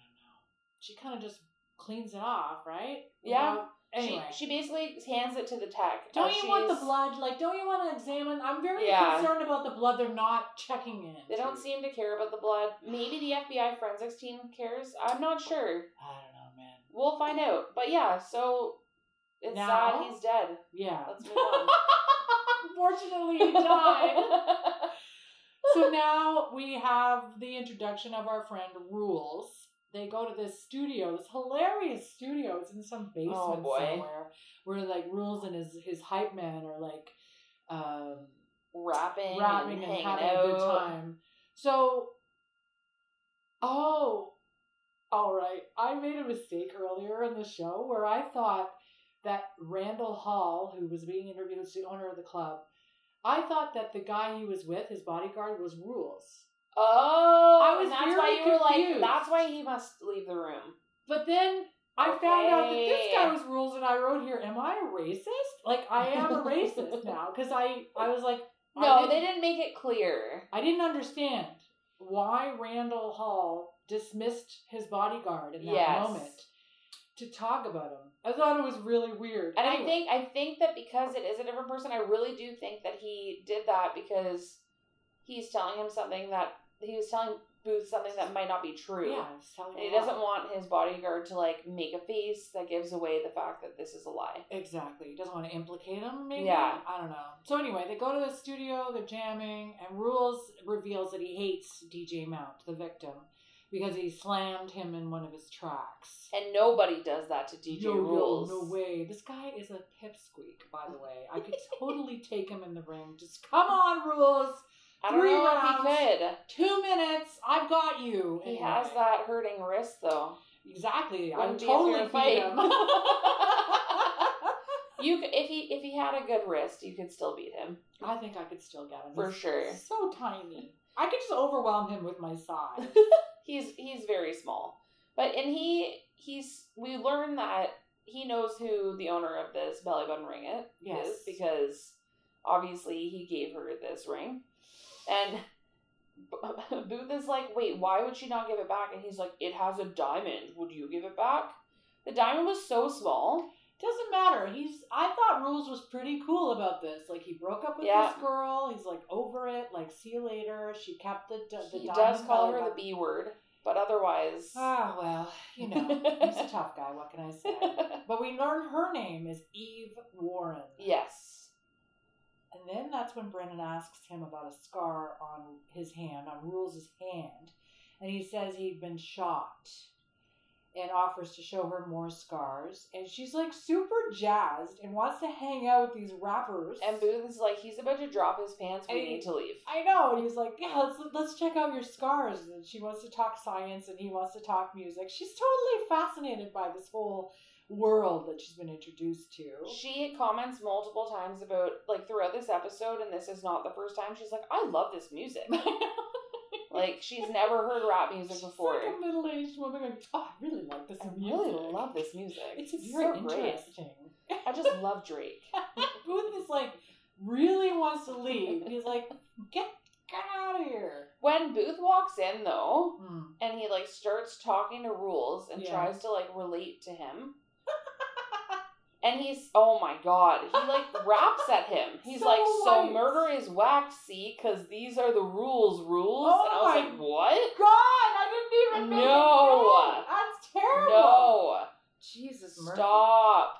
don't know. She kind of just cleans it off, right?
Yeah.
Without- Anyway,
She, she basically hands it to the tech.
don't
as
you want the
she's-
blood? Like, don't you want to examine? I'm very
Yeah.
concerned about the blood. They're not checking in.
They don't seem to care about the blood. Maybe the FBI forensics team cares. I'm not sure.
I don't know, man.
We'll find out. But yeah, so it's
Now?
sad he's dead.
Yeah.
Let's move
[laughs]
on.
Unfortunately, [laughs] he died. so now we have the introduction of our friend Rules. They go to this studio, this hilarious studio. It's in some basement
Oh, boy.
somewhere where like Rules and his his hype man are like um,
[laughs] Rapping,
rapping
and,
and,
hanging
having
out.
a good time. So, oh, all right. I made a mistake earlier in the show where I thought that Randall Hall, who was being interviewed as the owner of the club, I thought that the guy he was with, his bodyguard, was Rules.
Oh,
I was
and that's
very
why you were like,
confused.
that's why he must leave the room.
But then I found out that
Okay.
this guy was Rules, and I wrote here, "Am I a racist? Like I am a
[laughs]
racist now?" Because I, I was like, I
No, they didn't make it clear.
I didn't understand why Randall Hall dismissed his bodyguard in that
Yes.
moment to talk about him. I thought it was really weird.
And I
Anyway,
think I think that because it is a different person, I really do think that he did that because he's telling him something that he was telling Booth something that might not be true.
yeah, it's telling
And he
a lot.
doesn't want his bodyguard to like make a face that gives away the fact that this is a lie.
exactly. He doesn't want to implicate him. Maybe
Yeah.
I don't know. So anyway, they go to the studio. They're jamming, and Rules reveals that he hates DJ Mount, the victim, because he slammed him in one of his tracks.
And nobody does that to DJ
No, no,
Rules.
No, way. This guy is a pipsqueak, by the way. I could totally take him in the ring. Just come on, rules.
I don't
Three
know if
rounds.
he could.
Two minutes. I've got you.
He
Anyway.
has that hurting wrist though.
Exactly. I
Wouldn't
would
be a fair
totally fight
fight.
him.
[laughs]
[laughs]
You c- if he if he had a good wrist, you could still beat him
I think I could still get him.
for
He's
sure.
So tiny. I could just overwhelm him with my size.
[laughs] he's he's very small but and he he's we learn that he knows who the owner of this belly button ring it is
Yes.
because obviously he gave her this ring and [laughs] B- booth is like wait why would she not give it back and he's like it has a diamond would you give it back the diamond was so small
Doesn't matter. He's. I thought Rules was pretty cool about this. Like he broke up with
Yeah.
this girl. He's like over it. Like see you later. She kept the. d- the
he
diamond
does call
color
her the
back.
b word but otherwise
Ah, well, you know, he's a tough guy. What can I say? But we learn her name is Eve Warren.
yes
And then that's when Brennan asks him about a scar on his hand, on Rules' hand. And he says he'd been shot and offers to show her more scars. And she's like super jazzed and wants to hang out with these rappers.
and booth is like he's about to drop his pants we
And he-
need to leave
I know. And he's like, yeah, let's let's check out your scars. And she wants to talk science, and he wants to talk music. She's totally fascinated by this whole world that she's been introduced to.
She comments multiple times about like throughout this episode, and this is not the first time. She's like, "I love this music." [laughs] like she's never heard rap music
She's
before.
like a middle aged woman going, oh, I really like this
I
music.
really love this music.
It's
It's
very
so great.
interesting.
[laughs] I just love Drake.
Booth is like really wants to leave. He's like, get get out of here.
When Booth walks in though,
Hmm.
and he like starts talking to Rules and
Yeah. [laughs]
tries to like relate to him. And he's oh my god, he like raps at
[laughs]
him. He's
So
like, so
white.
murder is waxy because these are the rules, rules.
Oh
and I was
my
like, what?
God, I didn't even make
No.
it. fit. That's terrible.
No,
Jesus,
[sighs]
stop.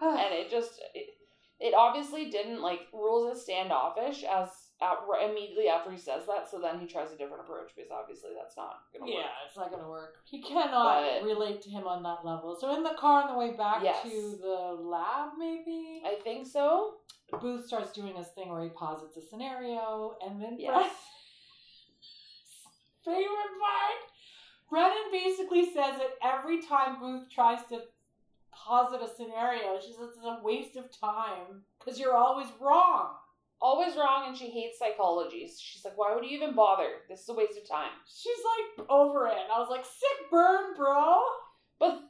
and it just it, it obviously didn't like rules is standoffish as at, right immediately after he says that. So then he tries a different approach because obviously that's not gonna work.
Yeah, it's not gonna work. He cannot
But-
relate to him on that level. So in the car on the way back
Yes.
to the lab, maybe
I think so.
Booth starts doing his thing where he posits a scenario, and then
Yes.
Brennan- [laughs] favorite part. Brennan basically says that every time Booth tries to posit a scenario, she says it's a waste of time because you're always wrong.
Always wrong, and she hates psychology. She's like, why would you even bother? This is a waste of time.
She's like over it. I was like, sick burn, bro.
But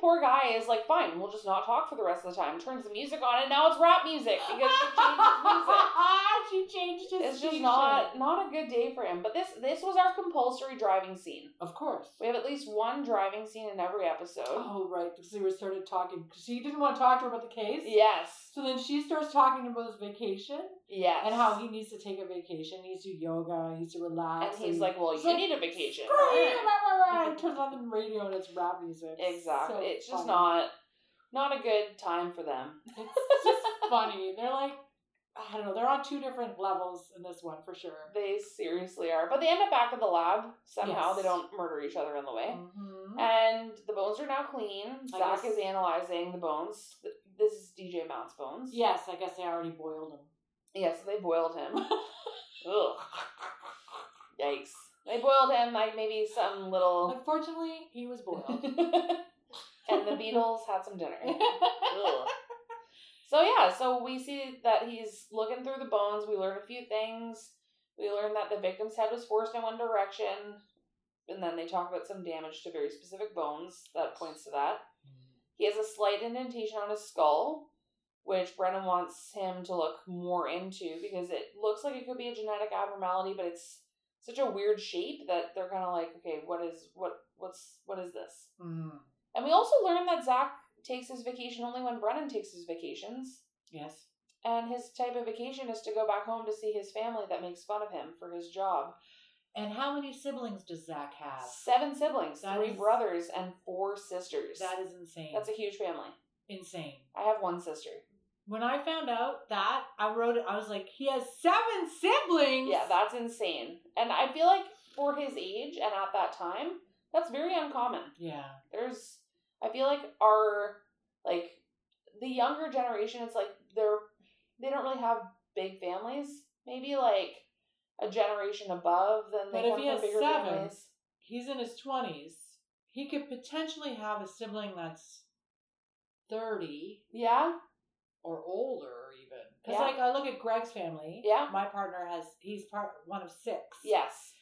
poor guy is like, fine, we'll just not talk for the rest of the time. Turns the music on, and now it's rap music because she changes music.
[laughs] she changed his
It's just
station.
not not a good day for him. But this this was our compulsory driving scene.
Of course.
We have at least one driving scene in every episode.
Oh right, because they were started talking. Because he didn't want to talk to her about the case.
Yes.
So then she starts talking about his vacation
Yes.
and how he needs to take a vacation. He needs to do yoga. He needs to
and
relax.
he's like, well,
He's
you
like,
need a vacation.
Screw you,
[laughs]
rah, rah, rah, and turns on the radio and it's rap music.
Exactly.
So
it's just
funny.
not not a good time for them.
It's just [laughs] funny. They're like, I don't know. They're on two different levels in this one for sure.
They seriously are. But they end up back at the lab somehow.
Yes.
They don't murder each other in the way.
Mhm.
And the bones are now clean.
I
Zach
guess-
is analyzing the bones. Th- This is DJ Mount's bones.
Yes, I guess they already boiled him.
Yeah, so they boiled
[laughs]
him. Ugh. Yikes. They boiled him like maybe some little.
Unfortunately, he was
[laughs]
boiled.
and the Beatles had some dinner. Ugh. So, yeah, so we see that he's looking through the bones. We learn a few things. We learn that the victim's head was forced in one direction. And then they talk about some damage to very specific bones that points to that. He has a slight indentation on his skull, which Brennan wants him to look more into because it looks like it could be a genetic abnormality, but it's such a weird shape that they're kind of like, okay, what is what what's what is this?
Mhm.
And we also learn that Zach takes his vacation only when Brennan takes his vacations,
Yes.
and his type of vacation is to go back home to see his family that makes fun of him for his job.
And how many siblings does Zach have?
Seven siblings,
That
three
is-
brothers, and four sisters.
That is insane.
That's a huge family.
insane.
I have one sister.
When I found out that, I wrote it. I was like, he has seven siblings.
Yeah, that's insane. And I feel like for his age and at that time, that's very uncommon.
Yeah.
There's I feel like our like the younger generation it's like they're they don't really have big families. Maybe like a generation above then
But
they
if
come
he
from
has
bigger
seven-
families.
He's in his twenties. He could potentially have a sibling that's thirty
Yeah?
or older, even. Because
Yeah.
like I look at Greg's family.
Yeah.
My partner has. He's part one of six.
Yes.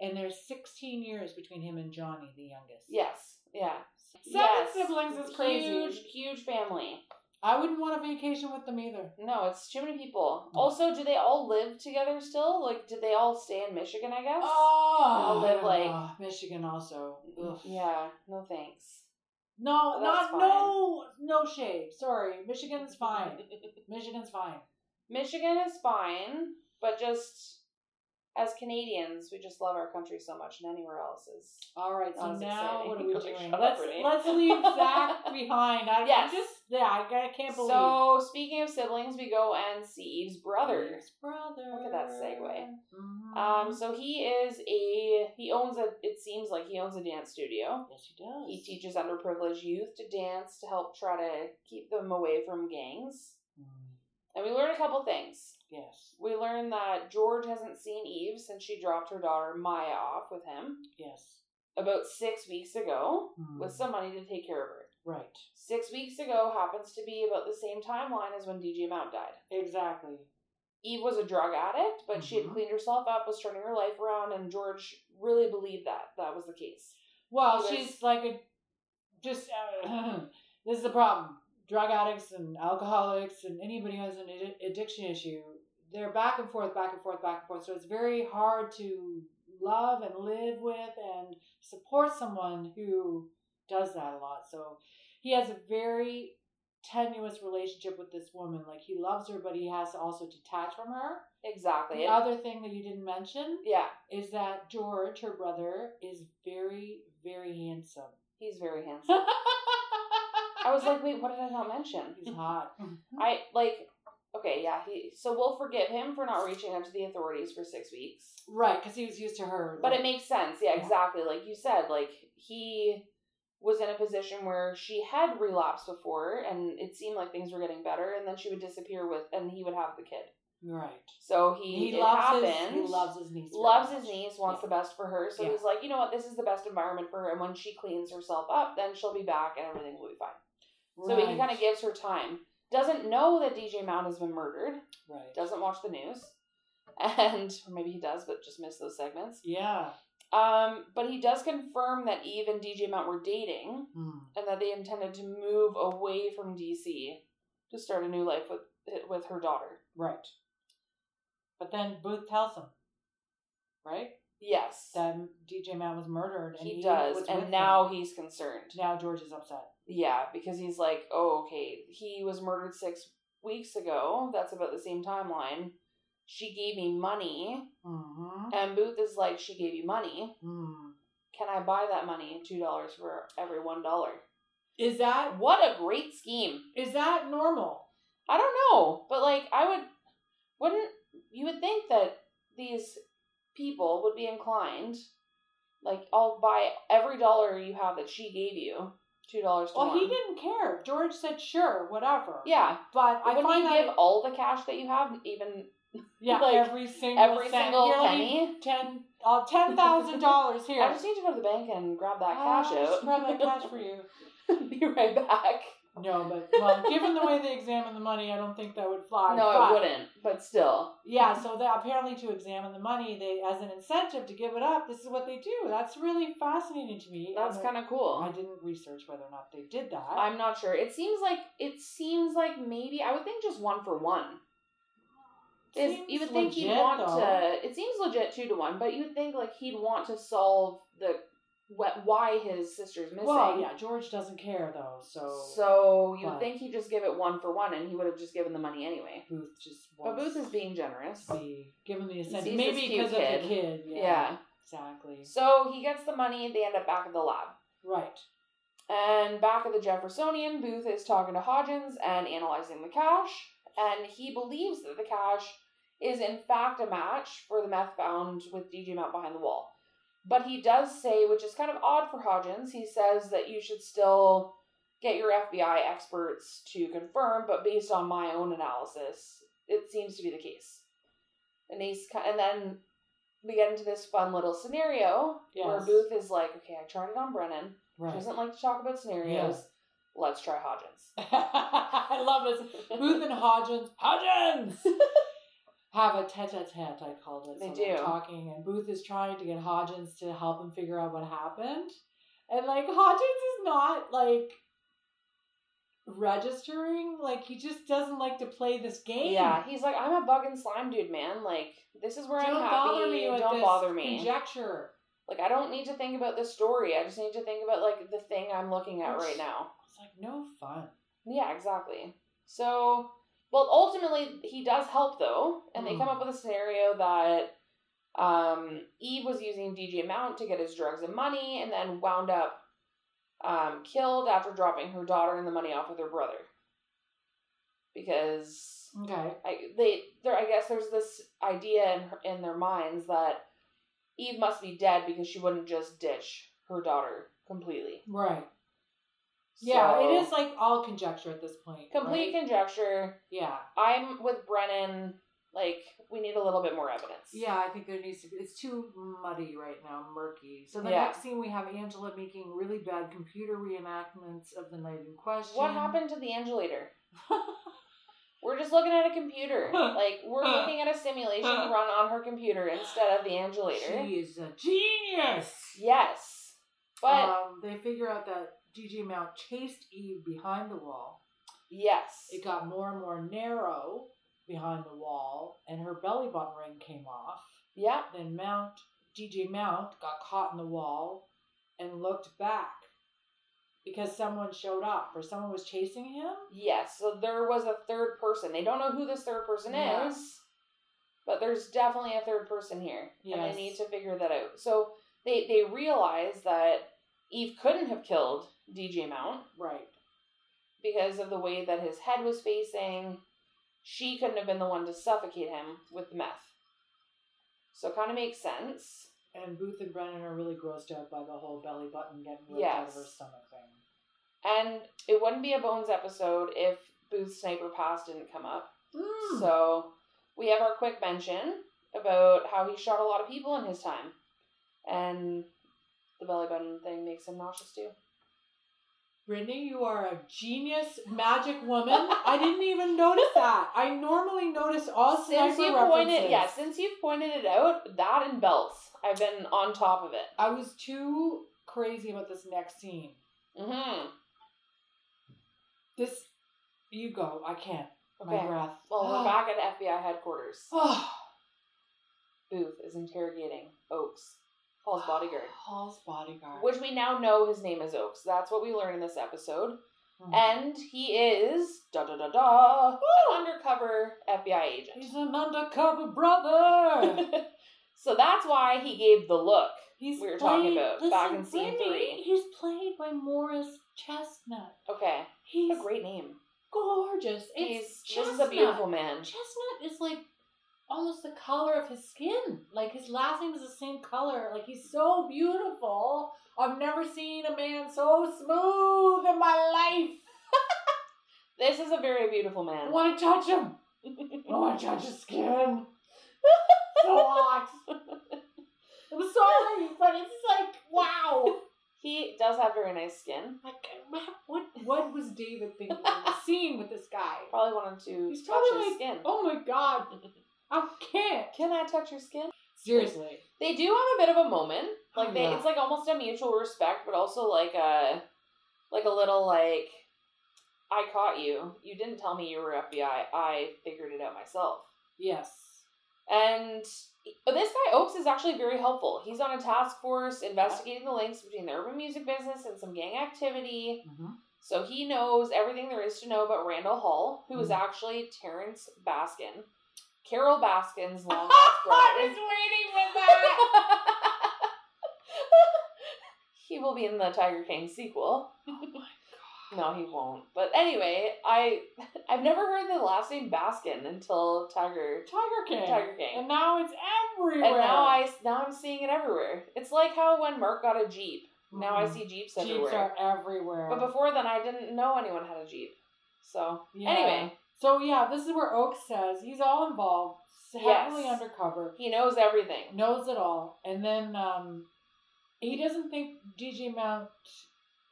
And there's sixteen years between him and Johnny, the youngest.
Yes. Yeah.
Seven
Yes.
siblings is crazy.
Huge, huge family.
I wouldn't want a vacation with them either.
No, it's too many people.
No.
Also, do they all live together still? Like, did they all stay in Michigan, I guess?
Oh,
I'll live, like-
Ah, Michigan also. Ugh.
Yeah, no thanks.
No,
But
not
that's fine.
no, no shade. Sorry, Michigan's fine.
[laughs]
Michigan's fine.
Michigan is fine, but just as Canadians, we just love our country so much, and anywhere else is.
All right, so
That was
now
exciting.
what are
[laughs]
we
Like,
doing?
shut up,
Let's
Renee.
let's leave
[laughs]
Zach behind. I,
Yes.
I just yeah, I, I can't believe.
So speaking of siblings, we go and see Eve's brother.
His brother.
Look at that segue.
Mhm.
Um, so he is a he owns a. It seems like he owns a dance studio.
yes, he does.
He teaches underprivileged youth to dance to help try to keep them away from gangs.
Mm,
And we learn a couple things.
Yes,
We learn that George hasn't seen Eve since she dropped her daughter Maya off with him
yes.
about six weeks ago
Mm,
with some money to take care of her.
right,
Six weeks ago happens to be about the same timeline as when DJ Mount died.
exactly.
Eve was a drug addict, but she had
Mhm.
cleaned herself up, was turning her life around, and George really believed that that was the case.
Well,
He was-
she's like a just. Uh, [clears throat] this is the problem. Drug addicts and alcoholics and anybody who has an addi- addiction issue, they're back and forth, back and forth, back and forth. So it's very hard to love and live with and support someone who does that a lot. So he has a very tenuous relationship with this woman. Like he loves her, but he has to also detach from her.
Exactly.
The other thing that you didn't mention
yeah,
is that George, her brother, is very, very handsome.
he's very handsome.
I
I was like, wait, what did I not mention?
he's hot.
I like okay, yeah, he so we'll forgive him for not reaching out to the authorities for six weeks.
Right, because he was used to her.
But
like-
it makes sense, yeah,
Yeah.
exactly. Like you said, like he was in a position where she had relapsed before and it seemed like things were getting better and then she would disappear with and he would have the kid.
right.
So he,
He
it
loves his,
happened.
he loves his niece. very
loves
much.
his niece, wants
Yeah.
the best for her. So
Yeah.
he's like, you know what, this is the best environment for her and when she cleans herself up, then she'll be back and everything will be fine. So he
Right,
kind of gives her time. Doesn't know that DJ Mount has been murdered.
right.
Doesn't watch the news, [laughs] and or maybe he does, but just missed those segments.
Yeah.
Um, but he does confirm that Eve and DJ Mount were dating,
Hmm.
and that they intended to move away from DC to start a new life with with her daughter.
Right. But then Booth tells him, right,
Yes,
that DJ Matt was murdered, and
he
Eve
does,
was with
and
him.
now he's concerned.
now George is upset.
Yeah, because he's like, oh, okay, he was murdered six weeks ago. That's about the same timeline. She gave me money,
Mm-hmm.
and Booth is like, she gave you money.
Hmm.
Can I buy that money? Two dollars for every one dollar.
Is that
What a great scheme.
is that normal?
I don't know, but like I would, wouldn't you would think that these people would be inclined, like I'll buy every dollar you have that she gave you, two dollars. to
Well, he
one.
didn't care. George said, "Sure, whatever."
Yeah,
but I
wouldn't
find
you
that
give all the cash that you have, even
yeah
like,
every single
every
cent.
single
Here, let me-
penny?
ten uh, ten thousand dollars
[laughs]
here.
I just need to go to the bank and grab that cash
I'll just
out.
grab that cash for you.
[laughs] be right back.
No, but well, given the way they examine the money, I don't think that would fly.
no,
but,
it wouldn't. But still,
Yeah, so that apparently to examine the money, they as an incentive to give it up. This is what they do. That's really fascinating to me.
that's
And
kind of cool.
I didn't research whether or not they did that.
I'm not sure. It seems like it seems like maybe I would think just one for one. Is,
Seems
you would think he'd
legit,
want
though.
to. It seems legit two to one, but you would think like he'd want to solve the what why his sister's missing.
Well, yeah, George doesn't care though, so,
So you
but-
would think he'd just give it one for one, and he would have just given the money anyway.
Booth just
But
wants
Booth is being generous.
to be given the incentive,
sees
maybe
this cute
because of
kid.
the kid. Yeah,
Yeah.
exactly.
So he gets the money. They end up back at the lab.
Right.
And back at the Jeffersonian, Booth is talking to Hodgins and analyzing the cash, and he believes that the cash is in fact a match for the meth found with DJ Mount behind the wall. But he does say, which is kind of odd for Hodgins, he says that you should still get your FBI experts to confirm, but based on my own analysis, it seems to be the case. And he's ki- and then we get into this fun little scenario where
Yes.
Booth is like, "Okay, I tried it on Brennan."
Right.
She doesn't like to talk about scenarios. Let's try Hodgins.
[laughs] I love this. Booth and Hodgins,
[laughs]
Hodgins have a tete-a-tete. I called it.
They
so they're
do.
talking, and Booth is trying to get Hodgins to help him figure out what happened, and like Hodgins is not like registering. Like he just doesn't like to play this game.
Yeah, he's like, I'm a bug and slime dude, man. Like, this is where
Don't
I'm happy.
bother me with
Don't
this
bother me.
conjecture.
like, I don't need to think about the story. I just need to think about like the thing I'm looking at right now.
It's like no fun.
Yeah, exactly. So, well, ultimately, he does help though, and they
Hmm.
come up with a scenario that um, Eve was using DJ Mount to get his drugs and money, and then wound up um, killed after dropping her daughter and the money off with her brother. Because
Okay.
I they there I guess there's this idea in her, in their minds that Eve must be dead because she wouldn't just ditch her daughter completely.
Right. Yeah,
So,
it is like all conjecture at this point.
complete
right?
conjecture.
yeah.
I'm with Brennan. Like, we need a little bit more evidence.
Yeah, I think there needs to be. It's too muddy right now, murky. So the
Yeah.
next scene, we have Angela making really bad computer reenactments of the night in question.
What happened to the
[laughs]
angulator? We're just looking at a computer. Like, we're looking at a
[laughs]
simulation run on her computer instead of the angulator.
She is a genius.
Yes. But,
um, they figure out that DJ Mount chased Eve behind the wall.
yes.
It got more and more narrow behind the wall, and her belly button ring came off.
Yeah.
Then Mount DJ Mount got caught in the wall and looked back. because someone showed up or someone was chasing him.
Yes, so there was a third person. They don't know who this third person is, but there's definitely a third person here, and
Yes.
they need to figure that out. So they they realize that Eve couldn't have killed DJ Mount
Right.
because of the way that his head was facing. She couldn't have been the one to suffocate him with the meth. So it kind of makes sense.
And Booth and Brennan are really grossed out by the whole belly button getting ripped out of her
Yes.
stomach thing.
And it wouldn't be a Bones episode if Booth's sniper pass didn't come up. Mm.
So
So we have our quick mention about how he shot a lot of people in his time. And the belly button thing makes him nauseous too.
Brittany, you are a genius magic woman. I didn't even notice that. I normally notice all
Since
sniper
you
references.
pointed yeah, since you've pointed it out, that and belts. I've been on top of it.
I was too crazy about this next scene.
Mm-hmm.
This, you go. I can't. My
Okay.
breath.
Well,
[gasps]
we're back at FBI headquarters.
Oh,
Booth is interrogating Oakes, Paul's
[sighs]
bodyguard.
Paul's bodyguard.
Which we now know his name is Oakes. That's what we learn in this episode.
Oh.
And he is da da da da an undercover FBI agent. [laughs]
he's an undercover brother.
so that's why he gave the look.
He's
We were talking
played-
about back in scene
Brittany,
three.
He's played by Morris Chestnut.
Okay.
He's
What a great name.
gorgeous. It's
He's this is a beautiful man.
Chestnut is like almost the color of his skin. Like his last name is the same color. Like he's so beautiful. I've never seen a man so smooth in my
This is a very beautiful
life. I
man.
want to touch [laughs] him. I want to touch his [laughs] skin. so hot. I'm sorry, but it's like wow.
He does have very nice skin.
Like what? What was David thinking? Seeing with this guy?
Probably wanted to
He's
touch
probably
his
like,
skin.
Oh my god, I can't.
Can I touch your skin?
Seriously.
They do have a bit of a moment. Like they,
Oh, Yeah.
it's like almost a mutual respect, but also like a, like a little like, I caught you. You didn't tell me you were FBI. I figured it out myself.
Yes.
And but this guy Oakes is actually very helpful. He's on a task force investigating the links between the urban music business and some gang activity.
Mm-hmm.
So he knows everything there is to know about Randall Hall, who is
Mhm.
actually Terrence Baskin, Carol
[laughs]
Baskin's long lost
I
brother.
waiting for that.
he will be in the Tiger King sequel.
Oh
No, he won't. But anyway, I [laughs] I've never heard the last name Baskin until Tiger
[laughs] Tiger King.
Tiger King.
And now it's everywhere.
And now I now I'm seeing it everywhere. It's like how when Mark got a Jeep, now I
Mhm.
see Jeeps
Jeeps
everywhere.
are everywhere.
But before then, I didn't know anyone had a Jeep. So
Yeah.
anyway,
So yeah, this is where Oak says he's all involved, heavily
Yes.
undercover,
he knows everything.
knows it all, and then um, he doesn't think DJ Mount.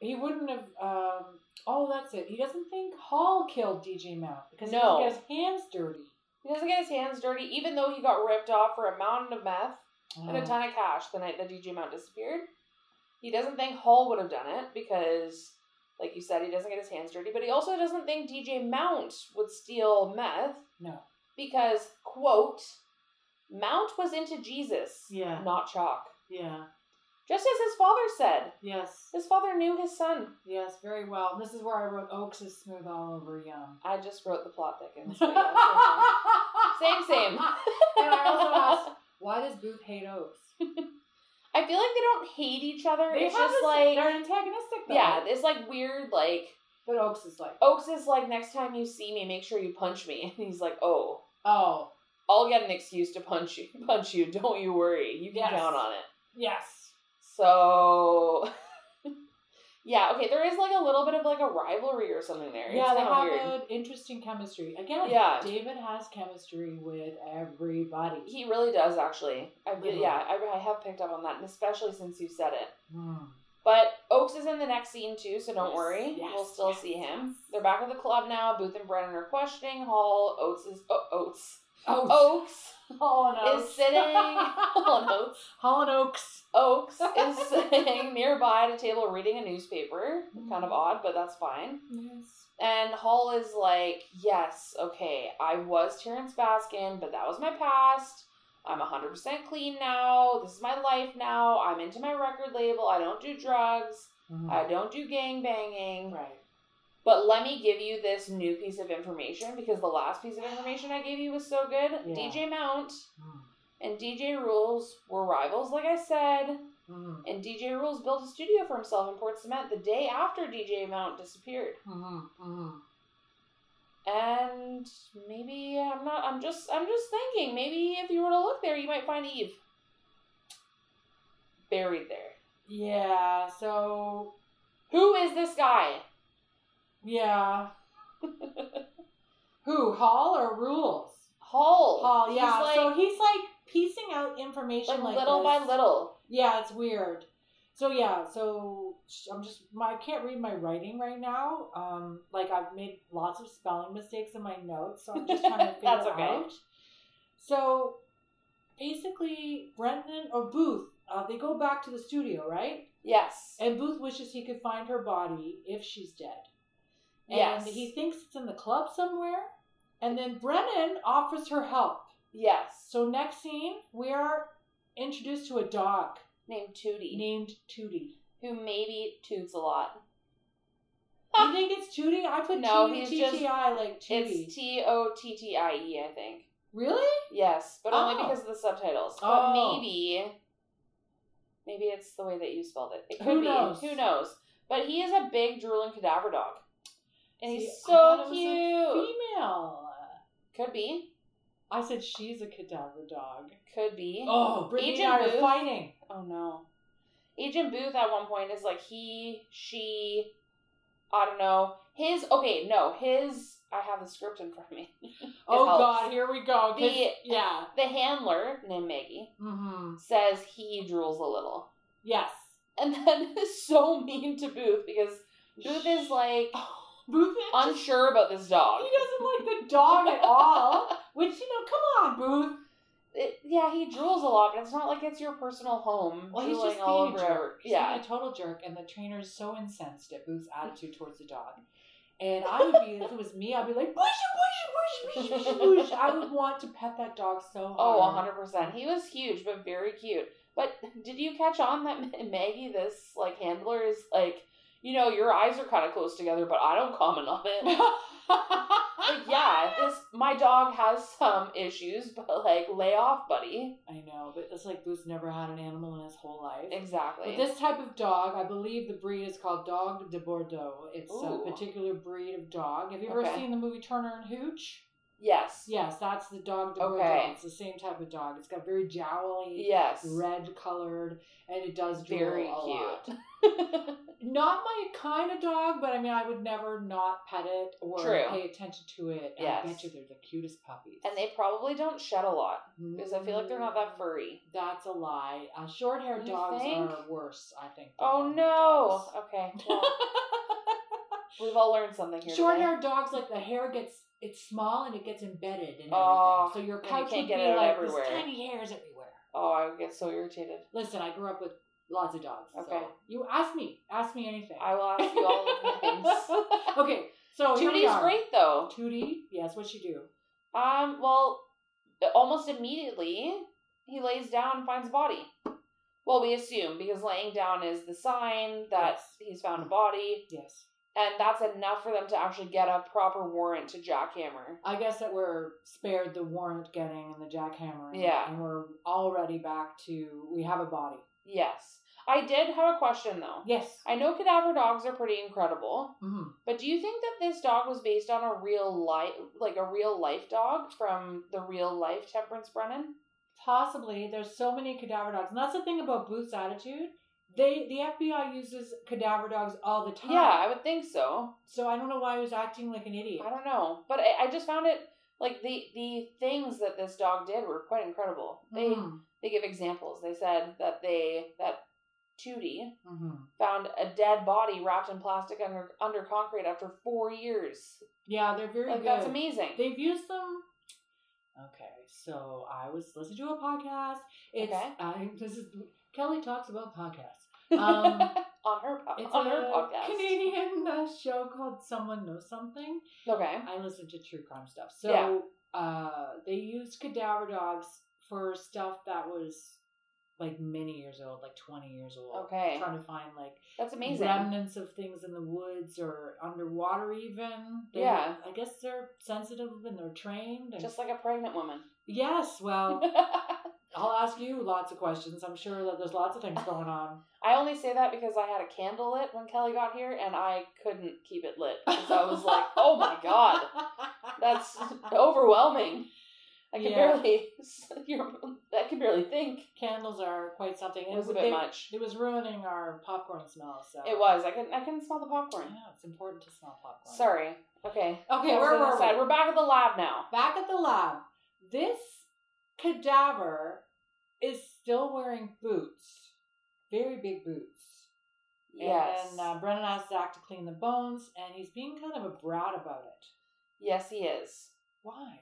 He wouldn't have. Um, oh, that's it. He doesn't think Hall killed DJ Mount because he
No.
doesn't get his hands dirty.
He doesn't get his hands dirty, even though he got ripped off for a mountain of meth and a
Oh.
ton of cash the night that DJ Mount disappeared. He doesn't think Hall would have done it because, like you said, he doesn't get his hands dirty. But he also doesn't think DJ Mount would steal meth
No.
because, quote, Mount was into Jesus,
Yeah.
not chalk.
Yeah.
Just as his father said,
Yes.
his father knew his son.
Yes. Very well. This is where I wrote Oaks is smooth all over [laughs] young.
I just wrote the plot thickens. but yeah, it's okay.
same, [laughs]
Same, same.
And
[laughs]
I also asked, why does Booth hate Oaks?
I feel like they don't hate each other. it's
have
just
this- they're
like
antagonistic. Though.
yeah, it's like weird. Like
but Oaks is like,
Oaks is like, next time you see me, make sure you punch me. [laughs] And he's like, oh,
oh
I'll get an excuse to punch you. [laughs] Punch you. Don't you worry. You can
Yes.
count on it.
yes,
So. [laughs] Yeah, okay, there is like a little bit of like a rivalry or something there. It's
yeah, they
kinda
have
weird.
an interesting chemistry. Again,
Yeah.
David has chemistry with everybody.
He really does, actually. I
Mhm.
really, yeah, I, I have picked up on that, and especially since you said it.
Hmm.
But Oakes is in the next scene too, so don't
Yes,
worry,
yes,
we'll still
yes,
see him.
yes.
They're back at the club now. Booth and Brennan are questioning Hall. Oates is oh, Oates.
Oaks,
[laughs] Oakes
Hall and Oh, Oaks
is sitting.
[laughs]
Hall and Oates.
Hall and Oaks.
Oakes is sitting nearby at a table reading a newspaper. Kind of odd, but that's fine.
Yes.
And Hall is like, yes, okay, I was Terrence Baskin, but that was my past. I'm 100% clean now. This is my life now. I'm into my record label. I don't do drugs.
Hmm.
I don't do gangbanging.
right.
But let me give you this new piece of information because the last piece of information I gave you was so good.
Yeah.
DJ Mount
Hmm.
and DJ Rules were rivals, like I said.
Mm-hmm.
And DJ Rules built a studio for himself in Port Cement the day after DJ Mount disappeared.
Mm-hmm.
And maybe I'm not. I'm just. I'm just thinking. Maybe if you were to look there, you might find Eve buried there.
Yeah. So
Who is this guy? [laughs]
yeah. Who Hall or Rules?
Hall.
Hall. Yeah.
He's like,
so he's like piecing out information
like,
like,
little by
this.
little.
Yeah, it's weird. So yeah, so sh- I'm just my, I can't read my writing right now. Um, like I've made lots of spelling mistakes in my notes, so I'm just trying
[laughs]
to figure
That's okay.
out. So basically, Brendan or Booth, uh, they go back to the studio, right?
Yes.
And Booth wishes he could find her body if she's dead. And
Yes.
he thinks it's in the club somewhere. And then Brennan offers her help.
yes.
So next scene, we are introduced to a dog
named Tootie,
named Tootie.
who maybe toots a lot.
You think it's Tootie? I put
No,
T-
he's
TTI
just-
like Tootie.
It's T O T T I E, I think.
really?
Yes, but only
Oh.
because of the subtitles. But
Oh.
maybe, maybe it's the way that you spelled it. It could
Who
be.
knows?
Who knows? But he is a big drooling cadaver dog, and
See,
he's
I thought
so
it was a
cute.
Female.
Could be.
I said she's a cadaver dog.
Could be.
Oh, Brittany
Agent
and I
Booth.
are fighting.
Oh no. Agent Booth at one point is like he, she, I don't know. His okay, no, his I have the script in front of me.
Oh
helps.
God, here we go. 'cause-
The-
yeah.
The handler, named Maggie,
Mm-hmm.
says he drools a little.
Yes.
And [laughs] then is so mean to Booth because Booth is
[laughs]
like
Booth. Oh, just-
unsure about this dog.
He doesn't like the dog at
[laughs]
all. Which you know, come on, Booth.
It- yeah, he drools a lot, but it's not like it's your personal home.
Well, he's
drooling
just being
all
a
over.
jerk. He's
"Oh, yeah.
being a total jerk, and the trainer is so incensed at Booth's attitude towards the dog. And I would be, if it was me, I'd be like, boosh, boosh, boosh, boosh, boosh, boosh. I would want to pet that dog so hard.
Oh, a hundred percent. He was huge, but very cute. But [laughs] did you catch on that [laughs] Ma- Maggie, this like handler, is like, you know, your eyes are kind of close together, but I don't comment on
[laughs]
it. Like, yeah, this my dog has some issues, but like, lay off, buddy.
I know, but it's like Booth's never had an animal in his whole life.
Exactly.
But this type of dog, I believe the breed is called Dog de Bordeaux. It's
Ooh.
a particular breed of dog. Have you ever
Okay.
seen the movie Turner and Hooch?
yes.
Yes, that's the Dog de
Okay.
Bordeaux. It's the same type of dog. It's got very jowly.
Yes.
red colored, and it does drool
Very
a lot.
cute.
Not my kind of dog, but I mean, I would never not pet it or
True.
pay attention to it. And
Yes.
I bet you they're the cutest puppies. Mm.
and they probably don't shed a lot because I feel like they're not that furry.
That's a lie. Uh, Short haired
You
dogs
think?
are worse, I think. than
Oh
long-haired
no.
dogs.
Okay.
[laughs]
Well, we've all learned something here.
Short
today.
haired dogs, like the hair gets, it's small and it gets embedded in
Oh,
everything. So your
and you
couch
can't
would
get
be
it out
like
everywhere.
this tiny hairs everywhere.
Oh, I would get so irritated.
Listen, I grew up with lots of dogs.
Okay.
So you ask me, ask me anything.
I will ask you all of the
[laughs]
things.
okay, so Oh, here we
Tootie's
are.
great though.
Tootie, yes, what she do?
Um, well, almost immediately he lays down and finds a body. Well, we assume because laying down is the sign that
Yes.
he's found a body,
Yes,
and that's enough for them to actually get a proper warrant to jackhammer.
I guess that we're spared the warrant getting and the jackhammering.
Yeah.
and we're already back to we have a body.
Yes, I did have a question though.
Yes.
I know cadaver dogs are pretty incredible,
hmm
but do you think that this dog was based on a real life, like a real life dog from the real life Temperance Brennan?
Possibly, there's so many cadaver dogs, and that's the thing about Booth's attitude. They the FBI uses cadaver dogs all the time.
Yeah, I would think so.
So I don't know why he was acting like an idiot.
I don't know, but I, I just found it like the the things that this dog did were quite incredible. They
Mhm.
they give examples. They said that they that Tootie
Mhm.
found a dead body wrapped in plastic under under concrete after four years.
Yeah, they're very
Like
good.
that's amazing.
They've used them. Okay, so I was listening to a podcast. It's
Okay.
I, this is Kelly talks about podcasts.
[laughs]
Um,
on her po-
it's
on
a
her podcast.
Canadian uh, show called Someone Knows Something.
Okay.
I listen to true crime stuff. So
Yeah.
uh, they used cadaver dogs for stuff that was like many years old, like 20 years old.
Okay.
Trying to find like
That's amazing.
remnants of things in the woods or underwater, even. They-
Yeah.
I guess they're sensitive and they're trained. And
Just like a pregnant woman. [laughs]
yes, well, I'll ask you lots of questions. I'm sure that there's lots of things going on.
I only say that because I had a candle lit when Kelly got here and I couldn't keep it lit. Because I was like, oh
[laughs]
my god, that's overwhelming. I can
Yeah.
barely, [laughs] you're, I can barely think.
Candles are quite something.
It was a
they-
bit much.
It was ruining our popcorn smell. So
It was. I couldn't. I couldn't smell the
Yeah,
popcorn.
it's important to smell popcorn.
Sorry. Okay.
Okay,
I was
where
on
were
the side.
we?
We're back at the lab now.
back at the lab, this cadaver is still wearing boots, very big boots.
Yes.
And uh, Brennan asked Zach to clean the bones, and he's being kind of a brat about it.
yes, he is.
Why?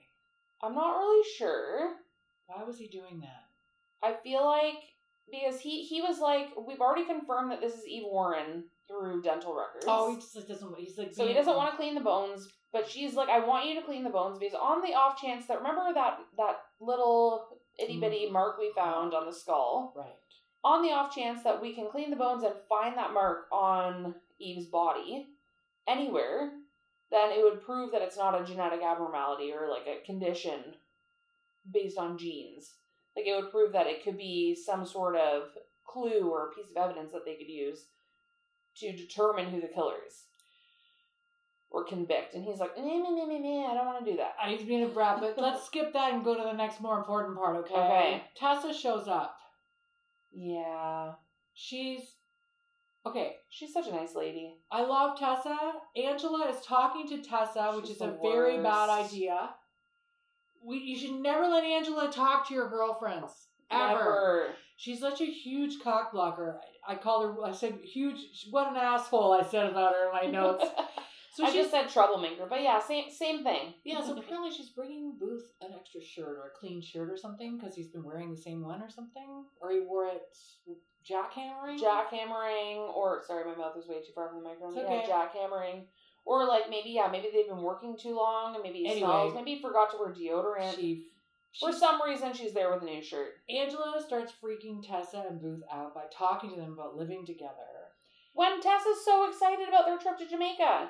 I'm not really sure.
Why was he doing that?
I feel like because he he was like, we've already confirmed that this is Eve Warren through dental records.
Oh, he just like, doesn't. He's like. "Mm."
So he doesn't want to clean the bones, but she's like, I want you to clean the bones because on the off chance that remember that that little itty bitty
Mm.
mark we found on the skull,
Right.
on the off chance that we can clean the bones and find that mark on Eve's body anywhere, then it would prove that it's not a genetic abnormality or like a condition based on genes. Like it would prove that it could be some sort of clue or piece of evidence that they could use to determine who the killer is or convict. And he's like, meh, meh, meh, meh, meh, I don't want to do that.
Uh, He's being a
[laughs]
brat, but let's skip that and go to the next more important part, okay?
Okay.
Tessa shows up.
Yeah.
She's okay.
She's such a nice lady.
I love Tessa. Angela is talking to Tessa, which
She's
is a
the
very bad
worst.
idea. We, you should never let Angela talk to your girlfriends ever.
Never.
She's such a huge cock blocker. I, I called her. I said huge. What an asshole! I said about her
[laughs]
in my notes. So
I
she's
just said troublemaker, but yeah, same same thing.
yeah. [laughs] So apparently she's bringing Booth an extra shirt or a clean shirt or something because he's been wearing the same one or something, or he wore it jackhammering.
jackhammering, or sorry, my mouth was way too far from the microphone.
It's okay.
Yeah, jackhammering, or like maybe yeah, maybe they've been working too long, and maybe he
Anyway.
smells. Maybe he forgot to wear deodorant.
She,
For
she-
some reason, she's there with a new shirt.
Angela starts freaking Tessa and Booth out by talking to them about living together.
When Tessa's so excited about their trip to
[sighs]
Jamaica,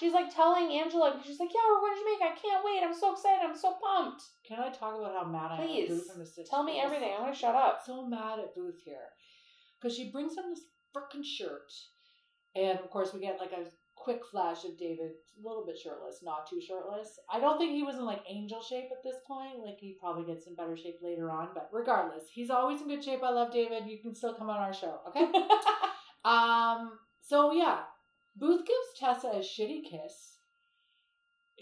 she's like telling Angela, she's like, "Yeah, we're going to Jamaica. I can't wait. I'm so excited. I'm so pumped.
Can I talk about how mad I am at
Please
Booth and the Stitch
tell me
Girls?
everything. I'm gonna shut up."
so mad at Booth here because she brings him this frickin' shirt, and of course we get like a quick flash of David, a little bit shirtless, not too shirtless. I don't think he was in like angel shape at this point. Like he probably gets in better shape later on, but regardless, he's always in good shape. I love David. You can still come on our show, okay? um. So yeah, Booth gives Tessa a shitty kiss.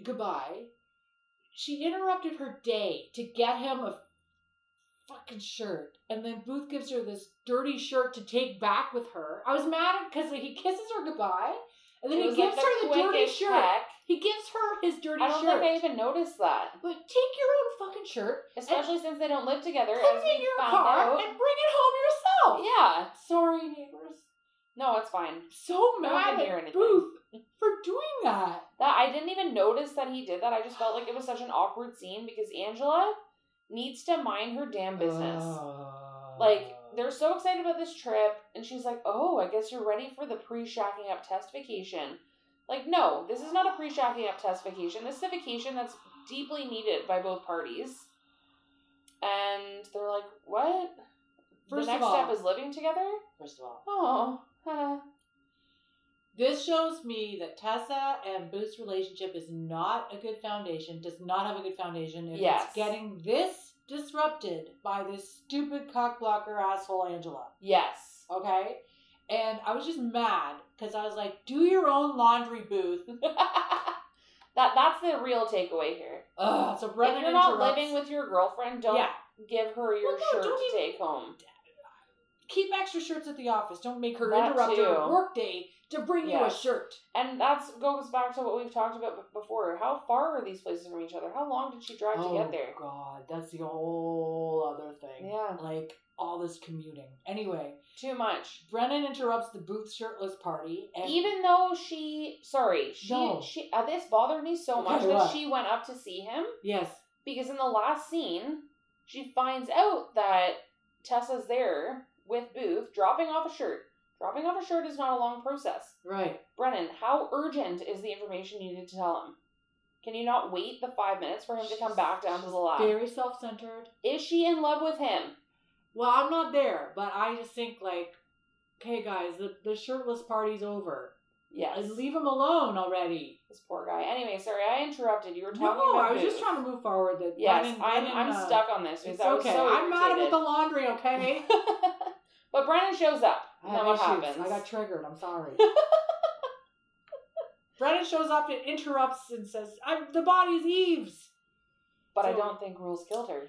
Goodbye. She interrupted her day to get him a fucking shirt. And then Booth gives her this dirty shirt to take back with her. I was mad because he kisses her goodbye. And then
It
he
was,
gives
like, the
her the dirty
quickest
shirt.
peck.
He gives her his dirty
I don't
shirt.
think I even noticed that,
but take your own fucking shirt,
especially since they don't live together.
put
as
it in
we
your
found
car,
out.
and bring it home yourself.
Yeah.
Sorry, neighbors.
No, it's fine.
So
No one
mad
can hear
at
anything.
Booth for doing that.
That I didn't even notice that he did that. I just felt like it was such an awkward scene because Angela needs to mind her damn business. Like they're so excited about this trip, and she's like, "Oh, I guess you're ready for the pre-shacking up test vacation." Like, no, this is not a pre-shacking up test vacation. This is a vacation that's deeply needed by both parties. And they're like, "What?"
First
the
of
next
all-
step is living together.
First of all,
Oh, huh.
[laughs] This shows me that Tessa and Booth's relationship is not a good foundation, does not have a good foundation if
Yes.
it's getting this disrupted by this stupid cock blocker asshole Angela.
yes.
Okay? And I was just mad because I was like, do your own laundry booth.
that that's the real takeaway here.
Ugh. So Brennan
If you're not
interrupts.
living with your girlfriend, don't
Yeah.
give her your
Well, no,
shirt
don't
to
even-
take home.
Keep extra shirts at the office. Don't make her
That
interrupt her
too.
work day to bring you
Yeah.
a shirt.
And that goes back to what we've talked about b- before. How far are these places from each other? How long did she drive to
Oh.
get there?
God, that's the whole other thing.
Yeah.
Like all this commuting. Anyway,
Too much.
Brennan interrupts the booth shirtless party and
Even though she, sorry, she,
No.
she, uh, this bothered me so
Okay,
much that
what?
she went up to see him
yes,
because in the last scene, she finds out that Tessa's there with Booth, dropping off a shirt. Dropping off a shirt is not a long process.
Right.
Brennan, how urgent is the information you need to tell him? Can you not wait the five minutes for him to come back down to the lab?
Very self centered.
Is she in love with him?
Well, I'm not there, but I just think like, okay, guys, the, the shirtless party's over.
Yes.
And leave him alone already.
This poor guy. Anyway, sorry, I interrupted. You were talking
no,
about
I was
Booth.
just trying to move forward. That
Yes,
Brennan-
I'm,
Brennan,
I'm
uh,
stuck on this because
It's
I was
okay.
so
I'm mad about
irritated.
the laundry.
[laughs]
Okay. [laughs]
but Brennan shows up.
I
And
have
then what
issues.
happens?
I got triggered.
[laughs]
I'm sorry. Brennan shows up and interrupts and says, I'm, "The body's Eve's."
but I
so-
don't think Rules killed her.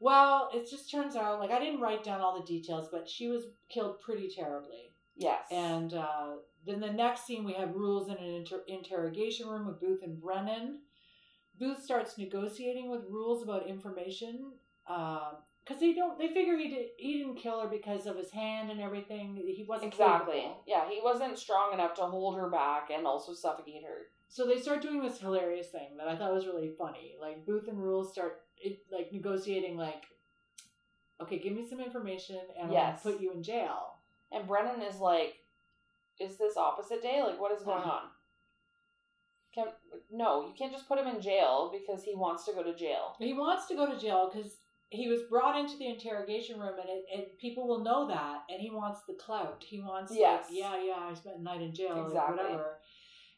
Well, it just turns out like I didn't write down all the details, but she was killed pretty terribly.
Yes.
And uh, then the next scene, we have rules in an inter- interrogation room with Booth and Brennan. Booth starts negotiating with rules about information because they don't. They figure he did, he didn't kill her because of his hand and everything. He wasn't
exactly.
capable.
Yeah, he wasn't strong enough to hold her back and also suffocate her.
So they start doing this hilarious thing that I thought was really funny. Like Booth and Rules start it, like negotiating, like, okay, give me some information and
Yes.
I'll put you in jail.
And Brennan is like, "Is this opposite day? Like, what is going
Uh-huh.
on?" Can no, you can't just put him in jail because he wants to go to jail.
He wants to go to jail because he was brought into the interrogation room, and it, and people will know that, and he wants the clout. He wants, like,
Yes.
yeah, yeah, I spent a night in jail, like,
Exactly.
whatever.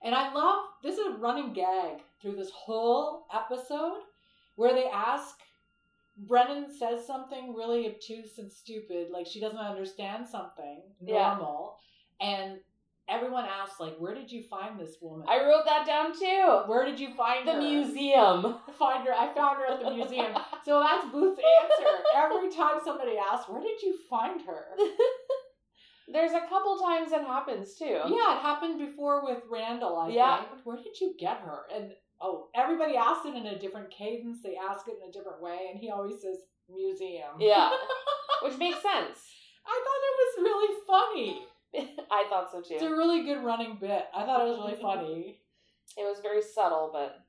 And I love this is a running gag through this whole episode where they ask. Brennan says something really obtuse and stupid, like she doesn't understand something
Yeah.
normal, and everyone asks, like, "Where did you find this woman?
I wrote that down too.
Where did you find
The
her?
museum.
find her. I found her at the museum. So that's Booth's answer. Every time somebody asks, Where did you find her?
There's a couple times it happens too.
Yeah, it happened before with Randall, I
Yeah.
think. Where did you get her? And oh, everybody asks it in a different cadence, they ask it in a different way, and he always says, Museum. [laughs]
Yeah. Which makes sense.
I thought it was really funny.
I thought so
It's a
too.
really good running bit. I thought it was really funny.
It was very subtle, but